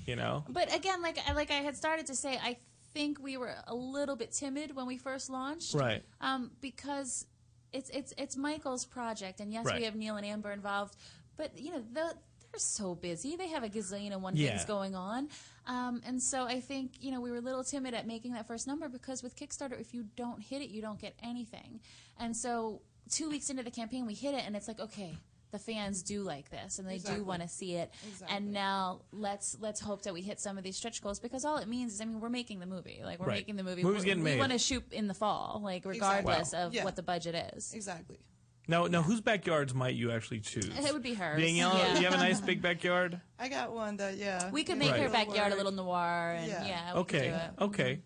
Speaker 5: You know,
Speaker 7: But again, like I like I had started to say, I think we were a little bit timid when we first launched,
Speaker 5: Right.
Speaker 7: Um, because it's it's it's Michael's project, and yes,
Speaker 5: Right.
Speaker 7: we have Neil and Amber involved, but you know the, they're so busy; they have a gazillion and one
Speaker 5: Yeah.
Speaker 7: things going on, um, and so I think you know we were a little timid at making that first number because with Kickstarter, if you don't hit it, you don't get anything, and so two weeks into the campaign, we hit it, and it's like okay. The fans do like this, and they
Speaker 3: Exactly.
Speaker 7: do want to see it.
Speaker 3: Exactly.
Speaker 7: And now let's let's hope that we hit some of these stretch goals because all it means is I mean we're making the movie like we're
Speaker 5: Right.
Speaker 7: making the movie
Speaker 5: Movie's
Speaker 7: We're-
Speaker 5: getting
Speaker 7: we
Speaker 5: made.
Speaker 7: want to shoot in the fall like
Speaker 3: Exactly.
Speaker 7: regardless
Speaker 3: Wow.
Speaker 7: of
Speaker 3: Yeah.
Speaker 7: what the budget is
Speaker 3: Exactly.
Speaker 5: Now, now, whose backyards might you actually choose?
Speaker 7: It would be hers.
Speaker 5: Danielle,
Speaker 7: Yeah.
Speaker 5: you have a
Speaker 7: (laughs)
Speaker 5: nice big backyard.
Speaker 3: I got one that yeah.
Speaker 7: We could
Speaker 3: is
Speaker 7: make
Speaker 5: Right.
Speaker 7: her
Speaker 5: Little
Speaker 7: backyard a
Speaker 3: word.
Speaker 7: little noir, and yeah,
Speaker 3: Yeah.
Speaker 7: we
Speaker 5: okay, Oh.
Speaker 7: could do it. Mm-hmm.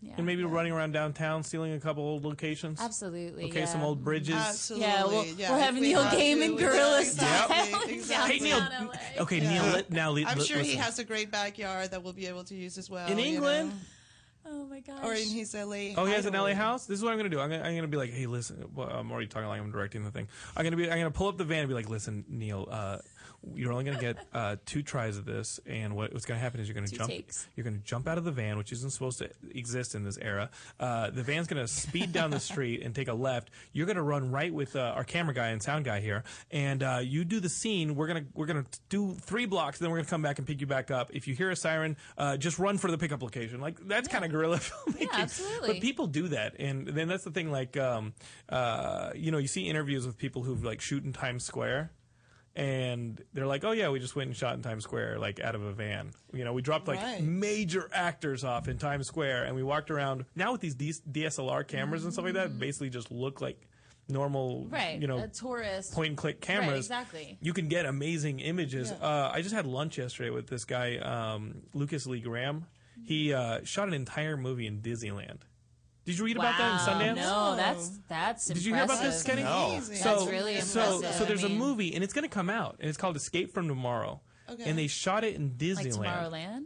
Speaker 5: okay, and maybe running around downtown, stealing a couple old locations.
Speaker 7: Absolutely.
Speaker 5: Okay,
Speaker 7: yeah.
Speaker 5: some old bridges.
Speaker 7: Yeah, we'll,
Speaker 3: yeah,
Speaker 7: we'll
Speaker 3: if
Speaker 7: have
Speaker 3: we
Speaker 7: Neil
Speaker 3: have to,
Speaker 7: Gaiman
Speaker 3: we-
Speaker 7: gorilla
Speaker 3: yeah,
Speaker 7: style.
Speaker 3: exactly, (laughs) exactly.
Speaker 5: Hey Neil.
Speaker 3: Downtown
Speaker 5: n- Okay, Neil. Let, now, le-
Speaker 3: I'm
Speaker 5: le-
Speaker 3: sure he
Speaker 5: listen.
Speaker 3: has uh, a great backyard that we'll be able to use as well.
Speaker 5: In
Speaker 3: you
Speaker 5: England?
Speaker 3: know?
Speaker 7: Oh my gosh.
Speaker 3: Or in his LA.
Speaker 5: Oh, he has an LA
Speaker 3: hideaway.
Speaker 5: house. This is what I'm gonna do. I'm gonna, I'm gonna be like, hey, listen. Well, I'm already talking like I'm directing the thing. I'm gonna be. I'm gonna pull up the van and be like, listen, Neil. Uh, you're only gonna
Speaker 7: (laughs)
Speaker 5: get uh, two tries of this, and what, what's gonna happen is you're gonna
Speaker 7: Two
Speaker 5: jump.
Speaker 7: takes.
Speaker 5: You're gonna jump out of the van, which isn't supposed to exist in this era. Uh, the van's gonna speed down the street and take a left. You're gonna run right with uh, our camera guy and sound guy here, and uh, you do the scene. We're gonna we're gonna do three blocks, then we're gonna come back and pick you back up. If you hear a siren, uh, just run for the pickup location. Like that's kind of guerrilla (laughs) filmmaking.
Speaker 7: Yeah, absolutely.
Speaker 5: But people do that, and then that's the thing. Like, um, uh, you know, you see interviews with people who've like shoot in Times Square, and they're like, "Oh yeah, we just went and shot in Times Square, like out of a van. You know, we dropped like
Speaker 9: Right.
Speaker 5: major actors off in Times Square, and we walked around. Now with these D- DSLR cameras and stuff like that, basically just look like normal,
Speaker 7: Right.
Speaker 5: You know,
Speaker 7: a tourist.
Speaker 5: point and click
Speaker 7: Right,
Speaker 5: cameras.
Speaker 7: exactly.
Speaker 5: You can get amazing images. Uh, I just had lunch yesterday with this guy, um, Lucas Lee Graham. He uh, shot an entire movie in Disneyland. Did you read about that in Sundance?
Speaker 7: No, that's that's.
Speaker 5: Did you hear about this,
Speaker 7: impressive.
Speaker 5: Kenny?
Speaker 7: that's really
Speaker 5: so,
Speaker 7: impressive.
Speaker 5: So there's
Speaker 7: I mean,
Speaker 5: a movie, and it's going to come out, and it's called Escape from Tomorrow.
Speaker 7: Okay.
Speaker 5: And they shot it in Disneyland.
Speaker 7: like Tomorrowland.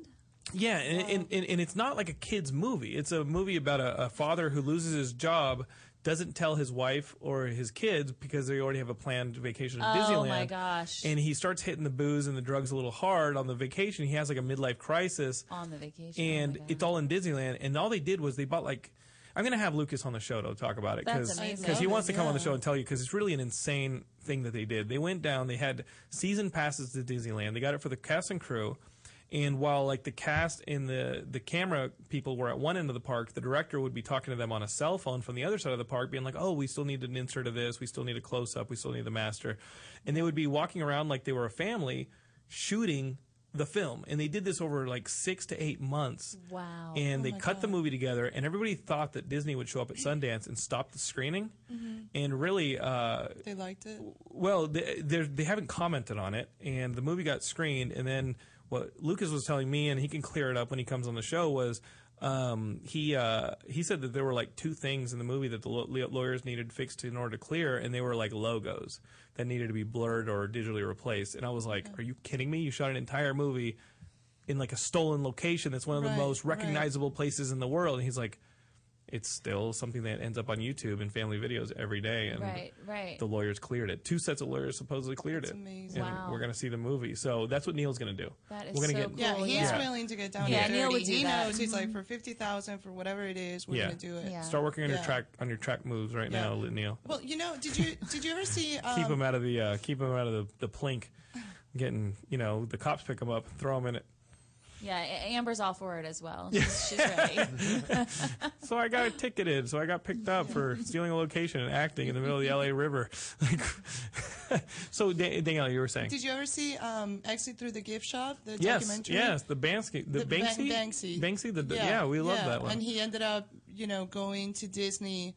Speaker 5: Yeah, and, and, and, and it's not like a kid's movie. It's a movie about a, a father who loses his job, doesn't tell his wife or his kids because they already have a planned vacation in
Speaker 7: Oh,
Speaker 5: Disneyland.
Speaker 7: my gosh.
Speaker 5: And he starts hitting the booze and the drugs a little hard on the vacation. He has like a midlife crisis.
Speaker 7: On the vacation, oh my
Speaker 5: And
Speaker 7: God.
Speaker 5: it's all in Disneyland. And all they did was they bought like. I'm going to have Lucas on the show to talk about it
Speaker 7: That's
Speaker 5: because
Speaker 7: amazing.
Speaker 5: he wants to come on the
Speaker 7: Yeah.
Speaker 5: show and tell you because it's really an insane thing that they did. They went down, they had season passes to Disneyland. They got it for the cast and crew. And while like the cast and the the camera people were at one end of the park, the director would be talking to them on a cell phone from the other side of the park, being like, "Oh, we still need an insert of this. We still need a close up. We still need the master." And they would be walking around like they were a family, shooting the film. And they did this over like six to eight months.
Speaker 7: Wow.
Speaker 5: And they cut the movie together, and everybody thought that Disney would show up at Sundance and stop the screening.
Speaker 3: Mhm.
Speaker 5: And really, uh,
Speaker 3: They liked it.
Speaker 5: well, they they're- they haven't commented on it, and the movie got screened. And then what Lucas was telling me, and he can clear it up when he comes on the show, was um, he uh, he said that there were like two things in the movie that the law- lawyers needed fixed in order to clear, and they were like logos that needed to be blurred or digitally replaced. And I was like, "Are you kidding me? You shot an entire movie in like a stolen location that's one of the
Speaker 9: Right,
Speaker 5: most
Speaker 9: right.
Speaker 5: recognizable places in the world." And he's like. It's still something that ends up on YouTube and family videos every day, and
Speaker 7: Right, right.
Speaker 5: the lawyers cleared it. Two sets of lawyers supposedly cleared it.
Speaker 3: amazing.
Speaker 5: And
Speaker 7: Wow.
Speaker 5: we're going to see the movie. So that's what Neil's going to do.
Speaker 7: That is
Speaker 5: we're gonna
Speaker 7: so
Speaker 5: get,
Speaker 3: Yeah,
Speaker 7: Cool,
Speaker 3: he's
Speaker 7: yeah.
Speaker 3: willing to get down
Speaker 7: Yeah,
Speaker 3: to
Speaker 7: Neil
Speaker 3: dirty.
Speaker 7: would do
Speaker 3: he
Speaker 7: that.
Speaker 3: knows he's like for fifty thousand for whatever it is, we're
Speaker 5: yeah.
Speaker 3: gonna do it.
Speaker 5: Start working on your
Speaker 3: Yeah.
Speaker 5: track on your track moves right now, Neil.
Speaker 3: Well, you know, did you did you ever see? Um,
Speaker 5: keep him out of the uh, keep him out of the, the plink. Getting you know the cops pick him up, throw him in it.
Speaker 7: Yeah, A- Amber's all for it as well. She's,
Speaker 5: (laughs)
Speaker 7: she's ready.
Speaker 5: So I got ticketed. So I got picked up
Speaker 3: (laughs)
Speaker 5: for stealing a location and acting in the middle of the L.A. River. (laughs) Like, so Dan- Danielle, you were saying
Speaker 3: Did you ever see um, Exit Through the Gift Shop? The
Speaker 5: yes,
Speaker 3: documentary.
Speaker 5: yes, the Bansky, the,
Speaker 3: The Ban-
Speaker 5: Banksy,
Speaker 3: Banksy.
Speaker 5: Banksy. The, yeah, we love
Speaker 3: yeah.
Speaker 5: that one.
Speaker 3: And he ended up, you know, going to Disney.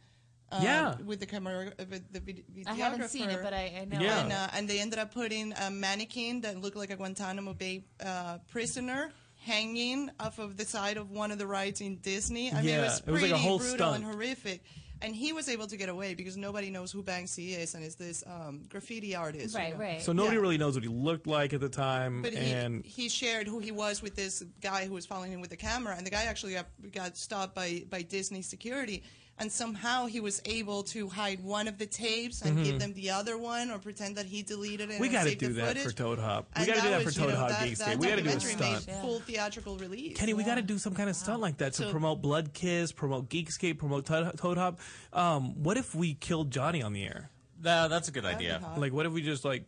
Speaker 3: Um,
Speaker 5: Yeah.
Speaker 3: With the camera, uh, with the vid- videographer.
Speaker 7: I haven't seen it, but I- I know
Speaker 5: Yeah.
Speaker 3: And, uh, and they ended up putting a mannequin that looked like a Guantanamo Bay uh, prisoner hanging off of the side of one of the rides in Disney. I mean,
Speaker 5: Yeah,
Speaker 3: it was
Speaker 5: it was
Speaker 3: pretty
Speaker 5: like a whole
Speaker 3: brutal and
Speaker 5: stunt.
Speaker 3: horrific. And he was able to get away because nobody knows who Banksy is and is this um, graffiti artist. you
Speaker 7: Right,
Speaker 3: know?
Speaker 7: right.
Speaker 5: So nobody really knows what he looked like at the time,
Speaker 3: But he,
Speaker 5: and
Speaker 3: he shared who he was with this guy who was following him with the camera, and the guy actually got, got stopped by, by Disney security. And somehow he was able to hide one of the tapes and
Speaker 5: Mhm.
Speaker 3: give them the other one, or pretend that he deleted it.
Speaker 5: we
Speaker 3: and
Speaker 5: got to
Speaker 3: saved the
Speaker 5: do that for
Speaker 3: footage.
Speaker 5: Toad Hop. We
Speaker 3: And
Speaker 5: got to do that
Speaker 3: was,
Speaker 5: for
Speaker 3: you
Speaker 5: Toad
Speaker 3: know,
Speaker 5: Hop
Speaker 3: that-
Speaker 5: Geekscape.
Speaker 3: that
Speaker 5: We got to do a
Speaker 3: documentary made
Speaker 5: stunt.
Speaker 3: Full theatrical release.
Speaker 5: Kenny, we got to do some kind of stunt like that to
Speaker 3: So-
Speaker 5: promote Blood Kiss, promote Geekscape, promote Toad Toad Hop. Um, what if we killed Johnny on the air?
Speaker 6: No, that's a good idea.
Speaker 3: Uh,
Speaker 5: Like, what if we just like,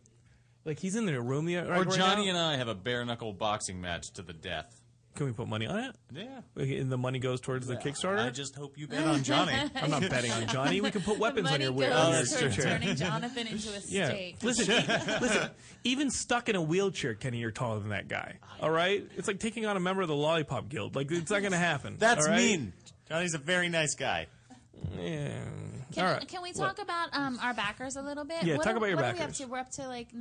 Speaker 5: like he's in the room yeah, right,
Speaker 6: or
Speaker 5: right
Speaker 6: Johnny
Speaker 5: now?
Speaker 6: and I have a bare knuckle boxing match to the death.
Speaker 5: Can we put money on it?
Speaker 6: Yeah.
Speaker 5: Okay, And the money goes towards the Kickstarter. I
Speaker 6: just hope you bet on (laughs) Johnny.
Speaker 5: I'm not betting on Johnny. We can put weapons on your
Speaker 7: Money
Speaker 5: wheel.
Speaker 7: goes
Speaker 5: on your
Speaker 7: towards
Speaker 5: chair.
Speaker 7: turning Jonathan into a
Speaker 5: Yeah.
Speaker 7: steak.
Speaker 5: Listen, e- listen. Even stuck in a wheelchair, Kenny, you're taller than that guy. All right. It's like taking on a member of the Lollipop Guild. Like it's not going to happen.
Speaker 6: That's
Speaker 5: all right?
Speaker 6: mean. Johnny's a very nice guy.
Speaker 5: Yeah.
Speaker 7: Can,
Speaker 5: All right.
Speaker 7: can we
Speaker 5: What?
Speaker 7: talk about um, our backers a little bit?
Speaker 5: Yeah,
Speaker 7: what
Speaker 5: talk
Speaker 7: are,
Speaker 5: about your
Speaker 7: what Are we up
Speaker 5: backers.
Speaker 7: to? We're up to like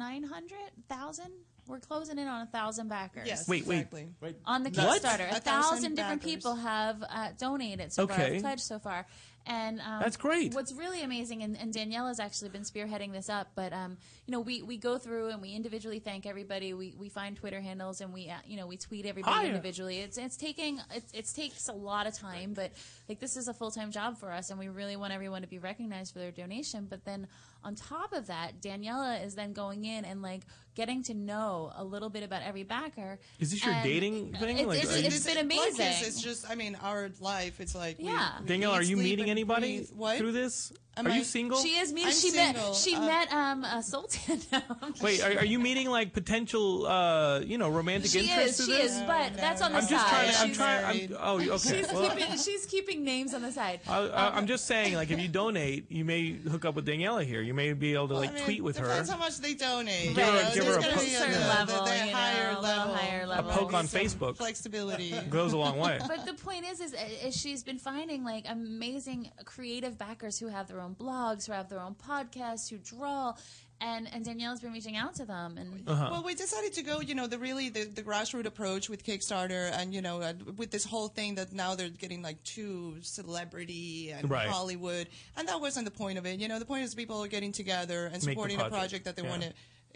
Speaker 7: 900,000? We're closing in on a 1,000 backers.
Speaker 5: Yes, Wait, wait. exactly. Wait,
Speaker 7: On the
Speaker 5: What?
Speaker 7: Kickstarter, a
Speaker 5: 1,000
Speaker 7: 1,000 different
Speaker 5: backers.
Speaker 7: people have uh, donated so far,
Speaker 5: Okay.
Speaker 7: have pledged so far. And um,
Speaker 5: That's great.
Speaker 7: What's really amazing, and, and Daniela's actually been spearheading this up, but um, you know, we, we go through and we individually thank everybody. We, we find Twitter handles and we uh, you know we tweet everybody
Speaker 12: Hiya.
Speaker 7: individually. It's it's taking it, it takes a lot of time, but like this is a full time job for us, and we really want everyone to be recognized for their donation. But then on top of that, Daniela is then going in and like getting to know a little bit about every backer.
Speaker 5: Is this your
Speaker 7: And
Speaker 5: dating thing?
Speaker 7: It's,
Speaker 5: Like,
Speaker 7: it's-
Speaker 5: are you-
Speaker 7: it's been amazing.
Speaker 3: Like it's, it's just, I mean, our life. It's like,
Speaker 7: Yeah.
Speaker 3: We, we
Speaker 5: Danielle,
Speaker 3: eat,
Speaker 5: are you
Speaker 3: sleep,
Speaker 5: meeting
Speaker 3: and
Speaker 5: anybody
Speaker 3: breathe. What?
Speaker 5: through this?
Speaker 3: Am
Speaker 5: are
Speaker 3: I-
Speaker 5: you single?
Speaker 7: She is meeting.
Speaker 3: I'm
Speaker 7: She
Speaker 3: single.
Speaker 7: met. She
Speaker 3: Uh,
Speaker 7: met um a Sultan. (laughs)
Speaker 5: Wait, are, are you meeting like potential, uh, you know, romantic
Speaker 7: She
Speaker 5: interests?
Speaker 7: is. She
Speaker 5: through this?
Speaker 7: is. But that's on the
Speaker 5: I'm
Speaker 7: side.
Speaker 5: just trying. I'm
Speaker 7: She's-
Speaker 5: trying. I'm, oh, okay.
Speaker 7: She's,
Speaker 5: well,
Speaker 7: keeping, (laughs) she's keeping names on the side.
Speaker 5: I, I, I'm just saying, like, if you donate, you may hook up with Daniela here. You may be able to like
Speaker 3: I mean,
Speaker 5: tweet with her.
Speaker 3: Depends how much they donate.
Speaker 5: Give her-
Speaker 3: you know,
Speaker 5: give her
Speaker 3: there's
Speaker 5: a
Speaker 3: gonna
Speaker 5: poke.
Speaker 3: be
Speaker 5: Certain
Speaker 3: the- the-
Speaker 5: level,
Speaker 3: the
Speaker 7: you know, a
Speaker 3: higher
Speaker 7: little
Speaker 3: level,
Speaker 7: higher
Speaker 5: A
Speaker 7: level.
Speaker 5: poke on Facebook (laughs) Uh-huh.
Speaker 3: flexibility.
Speaker 5: goes a long
Speaker 3: (laughs)
Speaker 5: way.
Speaker 7: But the point is, is, is she's been finding like amazing creative backers who have their own blogs, who have their own podcasts, who draw, and and Danielle's been reaching out to them. And
Speaker 5: Uh-huh.
Speaker 3: Well, we decided to go, you know, the really the, the grassroots approach with Kickstarter, and you know, uh, with this whole thing that now they're getting like too celebrity and
Speaker 4: Right.
Speaker 3: Hollywood, and that wasn't the point of it. You know, the point is people are getting together
Speaker 4: Make
Speaker 3: and
Speaker 4: the
Speaker 3: supporting a
Speaker 4: project.
Speaker 3: project that they
Speaker 4: Yeah.
Speaker 3: want to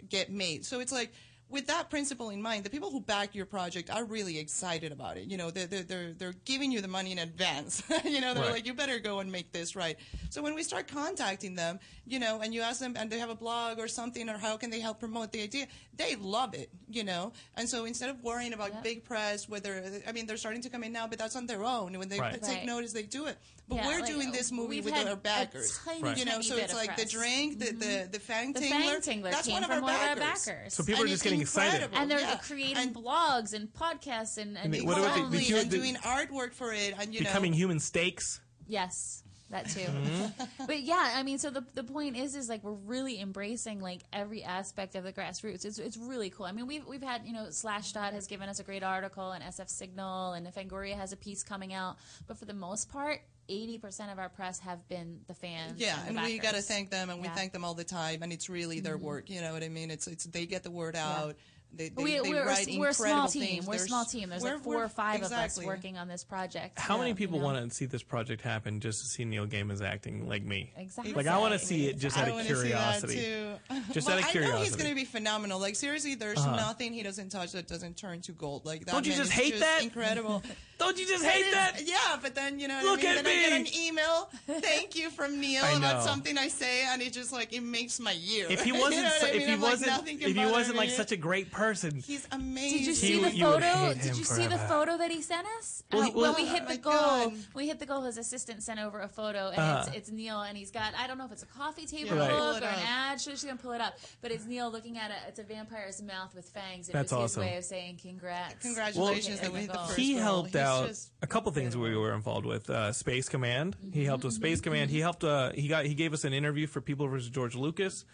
Speaker 3: get made. So it's like. With that principle in mind, the people who back your project are really excited about it. You know, they're, they're, they're, they're giving you the money in advance. (laughs) you know, they're
Speaker 4: Right.
Speaker 3: like, you better go and make this right. So when we start contacting them, you know, and you ask them, and they have a blog or something, or how can they help promote the idea, they love it, you know. And so instead of worrying about big press, whether I mean they're starting to come in now, but that's on their own. When they
Speaker 4: Right.
Speaker 3: take
Speaker 4: Right.
Speaker 3: notice, they do it. But
Speaker 4: Yeah,
Speaker 3: we're
Speaker 4: like,
Speaker 3: doing this movie
Speaker 4: we've
Speaker 3: with
Speaker 4: had
Speaker 3: our
Speaker 4: a
Speaker 3: backers,
Speaker 4: tiny, Right.
Speaker 3: you know.
Speaker 4: tiny
Speaker 3: So
Speaker 4: bit
Speaker 3: it's
Speaker 4: of
Speaker 3: like the
Speaker 4: press.
Speaker 3: drink, the the the fang
Speaker 7: Mm-hmm. The
Speaker 3: tingler.
Speaker 7: Fang Tingler
Speaker 3: that's
Speaker 7: came
Speaker 3: one of
Speaker 7: from
Speaker 3: our
Speaker 7: one of our
Speaker 3: backers.
Speaker 7: backers.
Speaker 5: So people are
Speaker 3: And
Speaker 5: just
Speaker 3: it's
Speaker 5: getting excited.
Speaker 3: incredible,
Speaker 7: and they're
Speaker 3: yeah.
Speaker 7: creating blogs and podcasts and and,
Speaker 5: And what about the- the
Speaker 3: Totally,
Speaker 5: human-
Speaker 3: and
Speaker 5: the-
Speaker 3: doing artwork for it, and you know,
Speaker 5: Becoming human stakes.
Speaker 7: Yes, that too.
Speaker 5: Mhm.
Speaker 3: Mm-hmm.
Speaker 7: but yeah, I mean, so the the point is, is like we're really embracing like every aspect of the grassroots. It's it's really cool. I mean, we've we've had you know Slashdot has given us a great article, and SF Signal, and Fangoria has a piece coming out. But for the most part, eighty percent of our press have been the fans.
Speaker 3: Yeah,
Speaker 7: the
Speaker 3: and we got to
Speaker 7: backers.
Speaker 3: thank them, and we
Speaker 7: Yeah.
Speaker 3: thank them all the time. And it's really their
Speaker 7: Mhm.
Speaker 3: work. You know what I mean? It's it's they get the word out. They, they,
Speaker 7: we,
Speaker 3: they
Speaker 7: we're,
Speaker 3: write
Speaker 7: we're a small
Speaker 3: incredible
Speaker 7: team.
Speaker 3: things.
Speaker 7: We're a
Speaker 3: There's-
Speaker 7: small team. There's
Speaker 3: we're-
Speaker 7: like four
Speaker 3: we're-
Speaker 7: or five
Speaker 3: exactly.
Speaker 7: of us working on this project.
Speaker 5: How many
Speaker 7: Yeah,
Speaker 5: people
Speaker 7: you know?
Speaker 5: want to see this project happen just to see Neil Gaiman's acting like me?
Speaker 7: Exactly.
Speaker 5: Like I want to see it just
Speaker 3: I
Speaker 5: out of
Speaker 3: wanna
Speaker 5: curiosity.
Speaker 3: See that too.
Speaker 5: Just
Speaker 3: well,
Speaker 5: out of
Speaker 3: I know
Speaker 5: curiosity.
Speaker 3: he's going to be phenomenal. Like seriously, there's
Speaker 5: Uh-huh.
Speaker 3: nothing he doesn't touch that doesn't turn to gold. Like that.
Speaker 5: Don't you
Speaker 3: man
Speaker 5: just
Speaker 3: is
Speaker 5: hate that? (laughs)
Speaker 3: Incredible.
Speaker 5: Don't you just
Speaker 3: But
Speaker 5: hate
Speaker 3: it-
Speaker 5: that?
Speaker 3: Yeah, but then (laughs) you know.
Speaker 5: Look
Speaker 3: what I mean?
Speaker 5: at
Speaker 3: then I get
Speaker 5: me.
Speaker 3: an email. Thank you from
Speaker 5: (laughs)
Speaker 3: Neil
Speaker 5: I
Speaker 3: about
Speaker 5: know.
Speaker 3: something I say, and it just like it makes my year.
Speaker 5: If he
Speaker 3: (laughs) You know
Speaker 5: wasn't,
Speaker 3: what
Speaker 5: su-
Speaker 3: I
Speaker 5: if
Speaker 3: mean?
Speaker 5: he
Speaker 3: I'm like,
Speaker 5: wasn't,
Speaker 3: nothing can
Speaker 5: if he
Speaker 3: bother
Speaker 5: wasn't like
Speaker 3: me.
Speaker 5: such a great person,
Speaker 3: He's amazing.
Speaker 7: Did you see the
Speaker 5: you would
Speaker 7: photo?
Speaker 5: hate him
Speaker 7: Did you see the
Speaker 5: forever.
Speaker 7: photo that he sent us?
Speaker 5: Well,
Speaker 7: Uh,
Speaker 5: he-
Speaker 7: when
Speaker 5: well-
Speaker 7: we
Speaker 5: Oh
Speaker 7: hit
Speaker 5: my
Speaker 7: the goal, we hit the goal. His assistant sent over a photo, and
Speaker 5: Uh-huh.
Speaker 7: it's, it's Neil, and he's got I don't know if it's a coffee table
Speaker 5: Yeah. Right. Pull
Speaker 7: book
Speaker 5: it
Speaker 7: or an
Speaker 5: up.
Speaker 7: ad. She's gonna pull it up, but it's Neil looking at it. It's a vampire's mouth with fangs. It
Speaker 5: That's
Speaker 7: was
Speaker 5: awesome.
Speaker 7: his way of saying congrats.
Speaker 3: Congratulations that we hit the
Speaker 7: goal.
Speaker 3: first
Speaker 5: he
Speaker 3: goal.
Speaker 5: helped
Speaker 3: He's
Speaker 5: out
Speaker 3: just-
Speaker 5: a couple things we were involved with. Uh, Space Command. He helped with
Speaker 3: Mm-hmm.
Speaker 5: Space Command. He helped. Uh, he got. He gave us an interview for People versus George Lucas.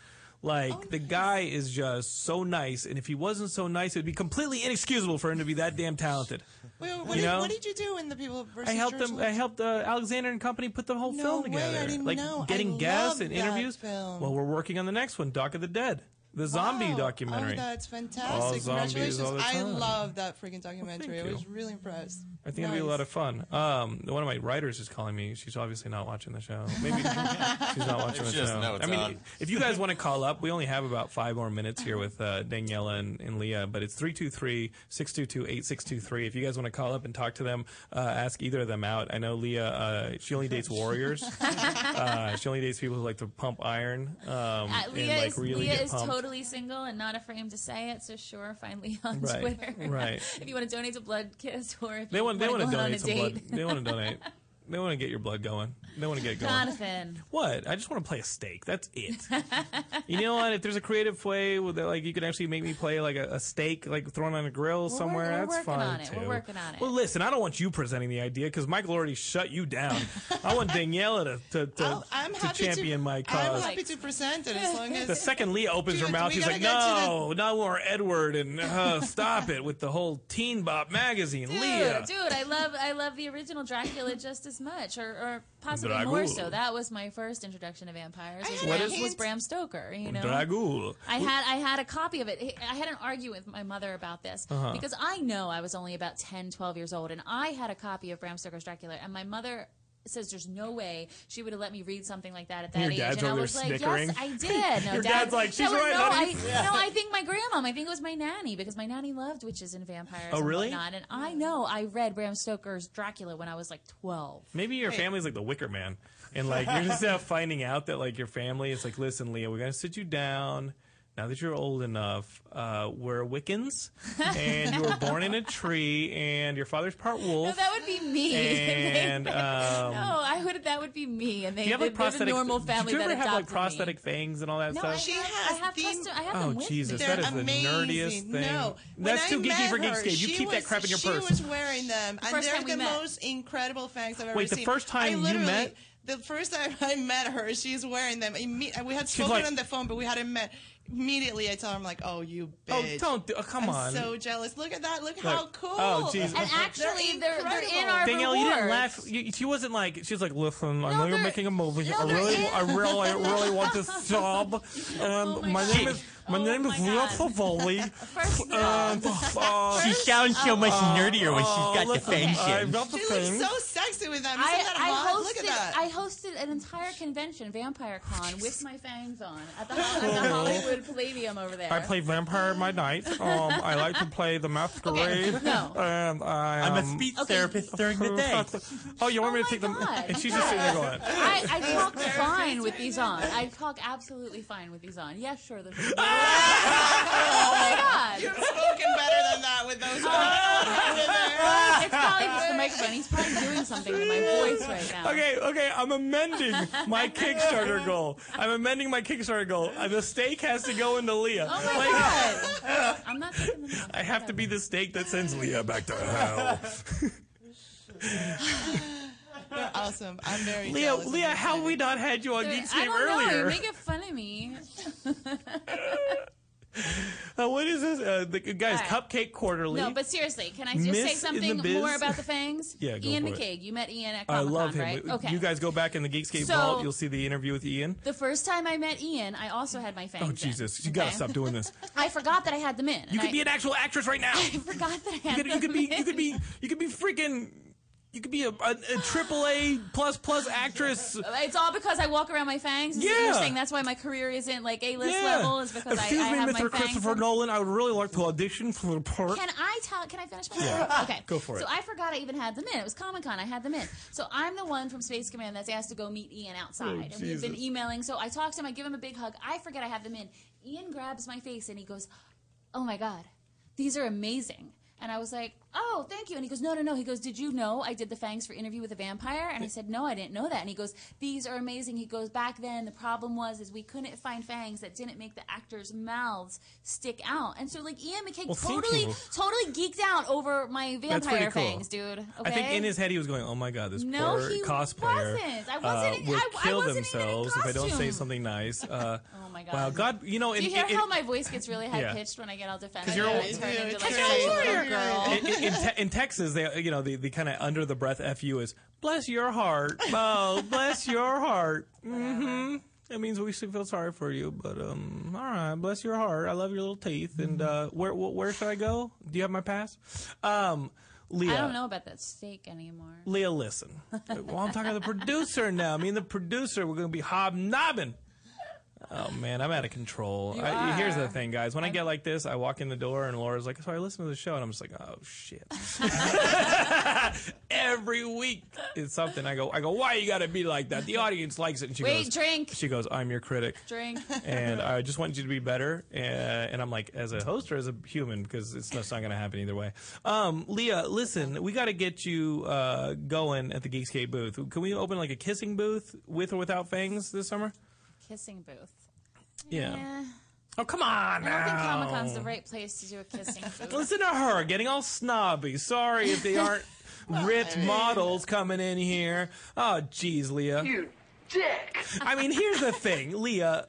Speaker 5: Like
Speaker 3: Oh,
Speaker 5: the guy is just so nice, and if he wasn't so nice, it would be completely inexcusable for him to be that damn talented.
Speaker 3: Wait, what,
Speaker 5: You
Speaker 3: did,
Speaker 5: know?
Speaker 3: what did you do in the people versus
Speaker 5: I helped
Speaker 3: George
Speaker 5: them. I
Speaker 3: Lucas?
Speaker 5: helped uh, Alexander and Company put the whole
Speaker 3: No
Speaker 5: film
Speaker 3: way,
Speaker 5: together,
Speaker 3: I didn't
Speaker 5: like
Speaker 3: know. I
Speaker 5: getting guests
Speaker 3: love
Speaker 5: and
Speaker 3: that
Speaker 5: interviews.
Speaker 3: film.
Speaker 5: Well, we're working on the next one, Doc of the Dead, the zombie documentary.
Speaker 3: Oh, that's
Speaker 5: All
Speaker 3: fantastic!
Speaker 5: zombies
Speaker 3: Congratulations!
Speaker 5: all the
Speaker 3: I
Speaker 5: time.
Speaker 3: love that freaking documentary. I
Speaker 5: you.
Speaker 3: was really impressed.
Speaker 5: I think it'd be a lot of fun. Um, one of my writers is calling me. She's obviously not watching the
Speaker 6: (laughs)
Speaker 5: show. Maybe she's not watching the
Speaker 6: She doesn't
Speaker 5: show.
Speaker 6: know it's
Speaker 5: I mean,
Speaker 6: on.
Speaker 5: if you guys want to call up, we only have about five more minutes here with uh, Daniela and, and Leah, but it's 323 622 8623. If you guys want to call up and talk to them, uh, ask either of them out. I know Leah, uh, she only dates
Speaker 7: (laughs)
Speaker 5: warriors. uh, she only dates people who like to pump iron um,
Speaker 7: Uh,
Speaker 5: and
Speaker 7: Leah
Speaker 5: like
Speaker 7: is,
Speaker 5: really
Speaker 7: Leah
Speaker 5: get
Speaker 7: is
Speaker 5: pumped.
Speaker 7: totally single and not afraid to say it, so sure, find Leah on
Speaker 5: Right,
Speaker 7: Twitter. (laughs)
Speaker 5: right.
Speaker 7: if you want to donate to Blood Kiss or if
Speaker 5: They
Speaker 7: you
Speaker 5: want, they want to
Speaker 7: go on a
Speaker 5: donate some
Speaker 7: date.
Speaker 5: blood.
Speaker 7: (laughs)
Speaker 5: They want to donate. They want to get your blood going. They want to get it going.
Speaker 7: Jonathan.
Speaker 5: What? I just want to play a steak. That's it. you know what? If there's a creative way with like you can actually make me play like a, a steak like thrown on a grill somewhere,
Speaker 7: we're
Speaker 5: that's
Speaker 7: working
Speaker 5: fine
Speaker 7: on it.
Speaker 5: too.
Speaker 7: We're working on it.
Speaker 5: Well, listen, I don't want you presenting the idea because Michael already shut you down. I want Daniela to to, to,
Speaker 3: I'm
Speaker 5: to
Speaker 3: happy
Speaker 5: champion
Speaker 3: to,
Speaker 5: my
Speaker 3: I'm
Speaker 5: cause.
Speaker 3: happy to present it as long as
Speaker 5: the second Leah opens her
Speaker 3: Dude,
Speaker 5: mouth,
Speaker 3: we
Speaker 5: she's
Speaker 3: gotta
Speaker 5: like,
Speaker 3: get to the-
Speaker 5: "No, no more Edward and uh, stop it with the whole Teen Bop magazine,
Speaker 7: Dude,
Speaker 5: Leah."
Speaker 7: dude, I love I love the original Dracula just as as much, or, or possibly
Speaker 5: Dragul.
Speaker 7: more so. That was my first introduction to vampires. Was,
Speaker 5: What is
Speaker 7: was
Speaker 5: it?
Speaker 7: Bram Stoker? You know,
Speaker 5: Dragul.
Speaker 7: I had I had a copy of it. I had an argument with my mother about this
Speaker 5: Uh-huh.
Speaker 7: because I know I was only about 10, 12 years old, and I had a copy of Bram Stoker's Dracula, and my mother says there's no way she would have let me read something like that at that
Speaker 5: Your
Speaker 7: age.
Speaker 5: dad's
Speaker 7: and I
Speaker 5: over
Speaker 7: was
Speaker 5: there
Speaker 7: like,
Speaker 5: snickering.
Speaker 7: yes, I
Speaker 5: (laughs)
Speaker 7: did. No,
Speaker 5: Your
Speaker 7: dad-
Speaker 5: dad's like, "She's
Speaker 7: no,
Speaker 5: right,
Speaker 7: No,
Speaker 5: honey."
Speaker 7: I, no, I think my grandma. I think it was my nanny because my nanny loved witches and vampires.
Speaker 5: Oh,
Speaker 7: and
Speaker 5: really?
Speaker 7: Whatnot. And I know I read Bram Stoker's Dracula when I was like 12.
Speaker 5: Maybe your family's like the Wicker Man, and like you're just now finding out that like your family is like, listen, Leah, we're gonna sit you down. Now that you're old enough, uh, we're Wiccans, and you were born in a tree, and your father's part wolf.
Speaker 7: No, that would be me.
Speaker 5: And,
Speaker 7: (laughs) no,
Speaker 5: um,
Speaker 7: I would. That would be me. And they,
Speaker 5: you have like
Speaker 7: they- they're the
Speaker 5: prosthetic.
Speaker 7: normal
Speaker 5: did
Speaker 7: family
Speaker 5: you ever
Speaker 7: that
Speaker 5: have like
Speaker 7: adopted me.
Speaker 5: prosthetic fangs and all that
Speaker 7: No, I
Speaker 5: stuff?
Speaker 7: have, I have, custom, I have
Speaker 5: Oh
Speaker 7: them with
Speaker 5: Jesus,
Speaker 7: me.
Speaker 5: that is the nerdiest thing.
Speaker 3: No,
Speaker 5: That's
Speaker 3: when
Speaker 5: too
Speaker 3: I
Speaker 5: geeky
Speaker 3: met
Speaker 5: for
Speaker 3: her,
Speaker 5: Geekscape. You
Speaker 3: she
Speaker 5: keep that
Speaker 3: was-
Speaker 5: crap in your
Speaker 3: she
Speaker 5: purse.
Speaker 3: was wearing them, and
Speaker 7: first
Speaker 3: they're
Speaker 7: time we
Speaker 3: the
Speaker 7: met.
Speaker 3: most incredible fangs I've ever
Speaker 5: Wait, the
Speaker 3: seen.
Speaker 5: first time
Speaker 3: I
Speaker 5: you
Speaker 3: literally-
Speaker 5: met-
Speaker 3: The first time (laughs) I met her, she's wearing them. Imme- we had spoken
Speaker 5: like-
Speaker 3: on the phone, but we hadn't met. Immediately, I told her, "I'm like, oh, you
Speaker 5: Oh,
Speaker 3: bitch!
Speaker 5: don't do- oh, come
Speaker 3: I'm
Speaker 5: on.
Speaker 3: So jealous. Look at that. Look,
Speaker 5: Look.
Speaker 3: how cool.
Speaker 5: Oh, jeez. And
Speaker 7: actually, they're- they're in
Speaker 3: incredible.
Speaker 7: our
Speaker 5: Danielle, you didn't
Speaker 7: rewards.
Speaker 5: laugh. You, she wasn't like she was like, listen, I know you're
Speaker 7: they're-
Speaker 5: making a movie.
Speaker 7: no,
Speaker 5: I
Speaker 7: they're
Speaker 5: really,
Speaker 7: in-
Speaker 5: I really, I
Speaker 7: (laughs)
Speaker 5: really want this job. Um, my,
Speaker 7: God. Oh
Speaker 5: name is my name is Leah
Speaker 7: (laughs)
Speaker 5: Favoli. And, uh,
Speaker 8: She sounds so much
Speaker 7: Oh.
Speaker 8: nerdier when she's
Speaker 5: uh,
Speaker 6: Oh,
Speaker 8: got the
Speaker 5: listen,
Speaker 8: fangs
Speaker 5: I've
Speaker 8: in.
Speaker 5: got the
Speaker 3: She
Speaker 5: fangs.
Speaker 3: looks so sexy with them. Isn't
Speaker 7: I,
Speaker 3: that
Speaker 7: I
Speaker 3: hot?
Speaker 7: hosted,
Speaker 3: Look at that.
Speaker 7: I hosted an entire convention, Vampire Con, with my fangs on at the, Hol- at the Hollywood Palladium over there.
Speaker 5: Oh. I play vampire in my night. Um, I like to play the masquerade.
Speaker 7: no.
Speaker 5: And I,
Speaker 8: I'm a
Speaker 5: um,
Speaker 8: speech therapist during the
Speaker 6: (laughs)
Speaker 8: day.
Speaker 5: Oh, you want me to take them?
Speaker 7: God.
Speaker 5: And she's just sitting there going.
Speaker 7: I, I talk fine with these on. I talk absolutely fine with these on. Yes, sure.
Speaker 5: (laughs)
Speaker 7: There's no- (laughs) oh my
Speaker 3: You've
Speaker 7: god.
Speaker 3: spoken better than that with those.
Speaker 7: Uh, It's probably just the microphone. He's probably doing something to my voice right now.
Speaker 5: Okay, okay, I'm amending my Kickstarter goal. I'm amending my Kickstarter goal. Uh, The stake has to go into Leah.
Speaker 7: Oh my
Speaker 5: Like,
Speaker 7: god. I'm not taking them off.
Speaker 5: I have to be the stake that sends Leah back to
Speaker 7: (laughs)
Speaker 5: hell.
Speaker 3: They're awesome. I'm very
Speaker 5: Leah,
Speaker 3: jealous.
Speaker 5: Leah, how have we not had you on
Speaker 7: They're-
Speaker 5: Geekscape
Speaker 7: I don't
Speaker 5: earlier?
Speaker 7: know. You're making fun of me.
Speaker 5: Uh, what is this? Uh, the, guys,
Speaker 7: All right.
Speaker 5: Cupcake Quarterly.
Speaker 7: No, but seriously, can I just
Speaker 5: Miss in
Speaker 7: say
Speaker 5: the
Speaker 7: something
Speaker 5: biz?
Speaker 7: more about the fangs?
Speaker 5: (laughs) Yeah, go
Speaker 7: Ian
Speaker 5: for it.
Speaker 7: McCaig. You met Ian at
Speaker 5: I
Speaker 7: Comic Con,
Speaker 5: love him.
Speaker 7: right?
Speaker 5: Okay. You guys go back in the Geekscape
Speaker 7: So-
Speaker 5: vault. You'll see the interview with Ian.
Speaker 7: The first time I met Ian, I also had my fangs.
Speaker 5: Oh
Speaker 7: in.
Speaker 5: Jesus! You gotta
Speaker 7: Okay.
Speaker 5: stop doing
Speaker 7: (laughs)
Speaker 5: this.
Speaker 7: I forgot that I had them in.
Speaker 5: You
Speaker 7: and
Speaker 5: could
Speaker 7: I-
Speaker 5: be an actual actress right now.
Speaker 7: (laughs) I forgot that I
Speaker 5: You
Speaker 7: had
Speaker 5: could, you could
Speaker 7: them
Speaker 5: be. You
Speaker 7: in.
Speaker 5: could be. You could be freaking. You could be a, a, a triple A plus plus actress.
Speaker 7: It's all because I walk around my fangs. Is yeah.
Speaker 5: Yeah.
Speaker 7: You're saying that's why my career isn't like A list level is because
Speaker 5: Excuse
Speaker 7: I, I
Speaker 5: me,
Speaker 7: have
Speaker 5: Mr.
Speaker 7: my fangs.
Speaker 5: Christopher Nolan. I would really like to audition for the part.
Speaker 7: Can I tell? Can I finish my story?
Speaker 5: Yeah.
Speaker 7: Okay,
Speaker 5: Go for it.
Speaker 7: So I forgot I even had them in. It was Comic Con. I had them in. So I'm the one from Space Command that's asked to go meet Ian outside,
Speaker 5: Oh,
Speaker 7: and we've been
Speaker 5: Jesus.
Speaker 7: emailing. So I talk to him. I give him a big hug. I forget I have them in. Ian grabs my face and he goes, "Oh my god, these are amazing." And I was like, "Oh, thank you." And he goes, "No, no, no." He goes, "Did you know I did the fangs for Interview with a Vampire?" And I said, "No, I didn't know that." And he goes, "These are amazing." He goes, "Back then, the problem was is we couldn't find fangs that didn't make the actors' mouths stick out." And so, like Ian McKay
Speaker 5: Well, thank
Speaker 7: totally,
Speaker 5: you.
Speaker 7: totally geeked out over my
Speaker 5: That's pretty
Speaker 7: vampire
Speaker 5: cool.
Speaker 7: fangs, dude. Okay?
Speaker 5: I think in his head he was going, "Oh my god, this
Speaker 7: No,
Speaker 5: poor
Speaker 7: he
Speaker 5: cosplayer
Speaker 7: wasn't. I
Speaker 5: uh,
Speaker 7: wasn't in-
Speaker 5: will
Speaker 7: I- I
Speaker 5: kill
Speaker 7: wasn't even in
Speaker 5: themselves if I don't say
Speaker 7: costume."
Speaker 5: something nice." Uh,
Speaker 7: (laughs) Oh my god!
Speaker 5: wow, God, you know,
Speaker 7: Do
Speaker 5: in-
Speaker 7: you hear
Speaker 5: in-
Speaker 7: how my voice gets really high
Speaker 5: Yeah.
Speaker 7: pitched when I get all defensive?
Speaker 5: 'Cause you're
Speaker 7: and
Speaker 5: all-
Speaker 7: I turn
Speaker 5: Yeah,
Speaker 7: into
Speaker 5: it's
Speaker 7: like
Speaker 5: your
Speaker 7: a
Speaker 5: warrior.
Speaker 7: little girl.
Speaker 5: in,
Speaker 7: (laughs)
Speaker 5: in, in, te- in Texas, they you know the, the kind of under the breath fu is bless your heart,
Speaker 7: (laughs)
Speaker 5: oh bless your heart. hmm That means we should feel sorry for you, but um, all right, bless your heart. I love your little teeth, and
Speaker 7: Mm-hmm.
Speaker 5: uh, where wh- where should I go? Do you have my pass? Um, Leah,
Speaker 7: I don't know about that steak anymore.
Speaker 5: Leah, listen. well, I'm talking to the producer now. Me and the producer, we're gonna be hobnobbing. Oh man, I'm out of control.
Speaker 7: You
Speaker 5: I, here's
Speaker 7: are.
Speaker 5: the thing, guys. When i get like this, I walk in the door and Laura's like, "So I listen to the show," and I'm just like, "Oh
Speaker 7: (laughs)
Speaker 5: shit." Every week it's something. I go, I go. Why you gotta be like that? The audience likes it. And she
Speaker 7: Wait,
Speaker 5: goes,
Speaker 7: drink.
Speaker 5: She goes, I'm your critic.
Speaker 7: Drink.
Speaker 5: And I just want you to be better. Uh, and I'm like, as a host or as a human, because it's, it's not going to happen either way. Um, Leah, listen, we got to get you uh, going at the Geekscape booth. Can we open like a kissing booth with or without fangs this summer?
Speaker 7: (laughs) Kissing booth. (laughs)
Speaker 5: Yeah.
Speaker 7: Eh,
Speaker 5: Oh, come on
Speaker 7: I don't think
Speaker 5: now.
Speaker 7: Comic Con's the right place to do a (laughs) kissing booth.
Speaker 5: Listen to her getting all snobby. Sorry if they
Speaker 7: (laughs)
Speaker 5: aren't ripped models coming in here. Oh, jeez, Leah.
Speaker 4: You dick.
Speaker 5: I mean, here's the thing, Leah.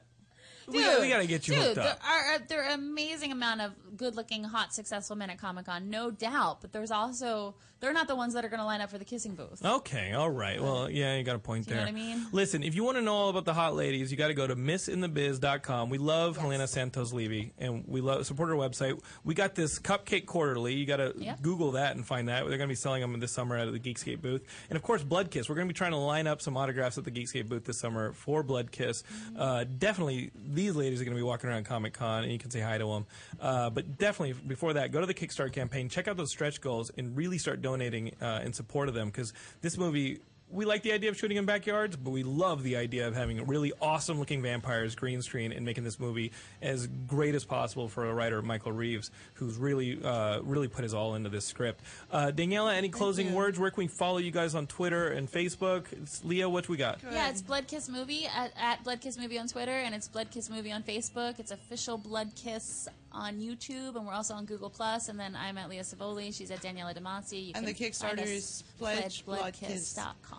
Speaker 5: we, gotta, we gotta get you
Speaker 7: dude,
Speaker 5: hooked up.
Speaker 7: There are uh, there are amazing amount of good looking, hot, successful men at Comic Con, no doubt. But there's also They're not the ones that are going to line up for the kissing booth.
Speaker 5: Okay, all right. Well, yeah, you got a point
Speaker 7: Do you
Speaker 5: there.
Speaker 7: know what I mean?
Speaker 5: Listen, if you want to know all about the hot ladies, you got to go to missinthebiz.com. We love Helena Santos Levy, and we love support her website. We got this Cupcake Quarterly. You got to
Speaker 9: Yeah.
Speaker 5: Google that and find that. They're going to be selling them this summer out of the Geekscape booth, and of course, Blood Kiss. We're going to be trying to line up some autographs at the Geekscape booth this summer for Blood Kiss. Uh, definitely, these ladies are going to be walking around Comic Con, and you can say hi to them. Uh, but definitely, before that, go to the Kickstarter campaign, check out those stretch goals, and really start donating uh, in support of them because this movie we like the idea of shooting in backyards, but we love the idea of having really awesome looking vampires green screen and making this movie as great as possible for a writer Michael Reeves, who's really uh, really put his all into this script. Uh, Daniela, any closing words? Where can we follow you guys on Twitter and Facebook? It's Leah, what we got?
Speaker 7: Yeah, it's Blood Kiss Movie at, at Blood Kiss Movie on Twitter, and it's Blood Kiss Movie on Facebook. It's official Blood Kiss on YouTube, and we're also on Google Plus. And then I'm at Leah Savoli. She's at Daniela Demasi. You
Speaker 3: And the
Speaker 7: can find
Speaker 3: Kickstarter
Speaker 7: us
Speaker 3: is Pledge Blood Kiss.
Speaker 7: pledgebloodkiss.com.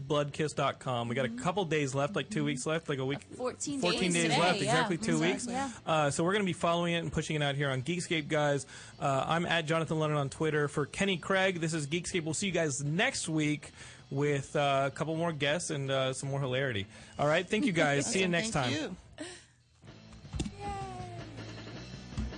Speaker 5: PledgeBloodKiss.com. We got a couple days left, like two weeks left, like a week.
Speaker 7: 14
Speaker 5: 14
Speaker 7: days
Speaker 5: days
Speaker 7: today,
Speaker 5: left,
Speaker 7: yeah.
Speaker 5: exactly two
Speaker 7: Exactly.
Speaker 5: weeks.
Speaker 7: Yeah.
Speaker 5: Uh, so we're going to be following it and pushing it out here on Geekscape, guys. Uh, I'm at Jonathan Lennon on Twitter. For Kenny Craig, this is Geekscape. We'll see you guys next week with uh, a couple more guests and uh, some more hilarity. All right, thank you
Speaker 7: (laughs)
Speaker 5: guys. see you
Speaker 3: Awesome,
Speaker 5: next
Speaker 3: thank
Speaker 5: time.
Speaker 3: you.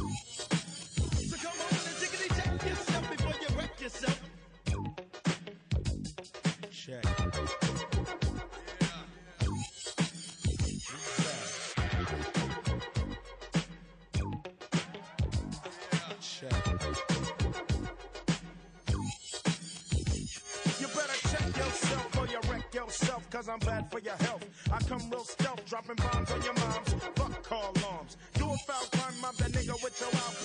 Speaker 4: So come on and tickety check yourself before you wreck yourself. Check.
Speaker 12: You better check yourself or you wreck yourself, cause I'm bad for your health. I come real stealth, dropping bombs on your moms. Fuck call alarms. Do a foul crime, mob that nigga with your outfit.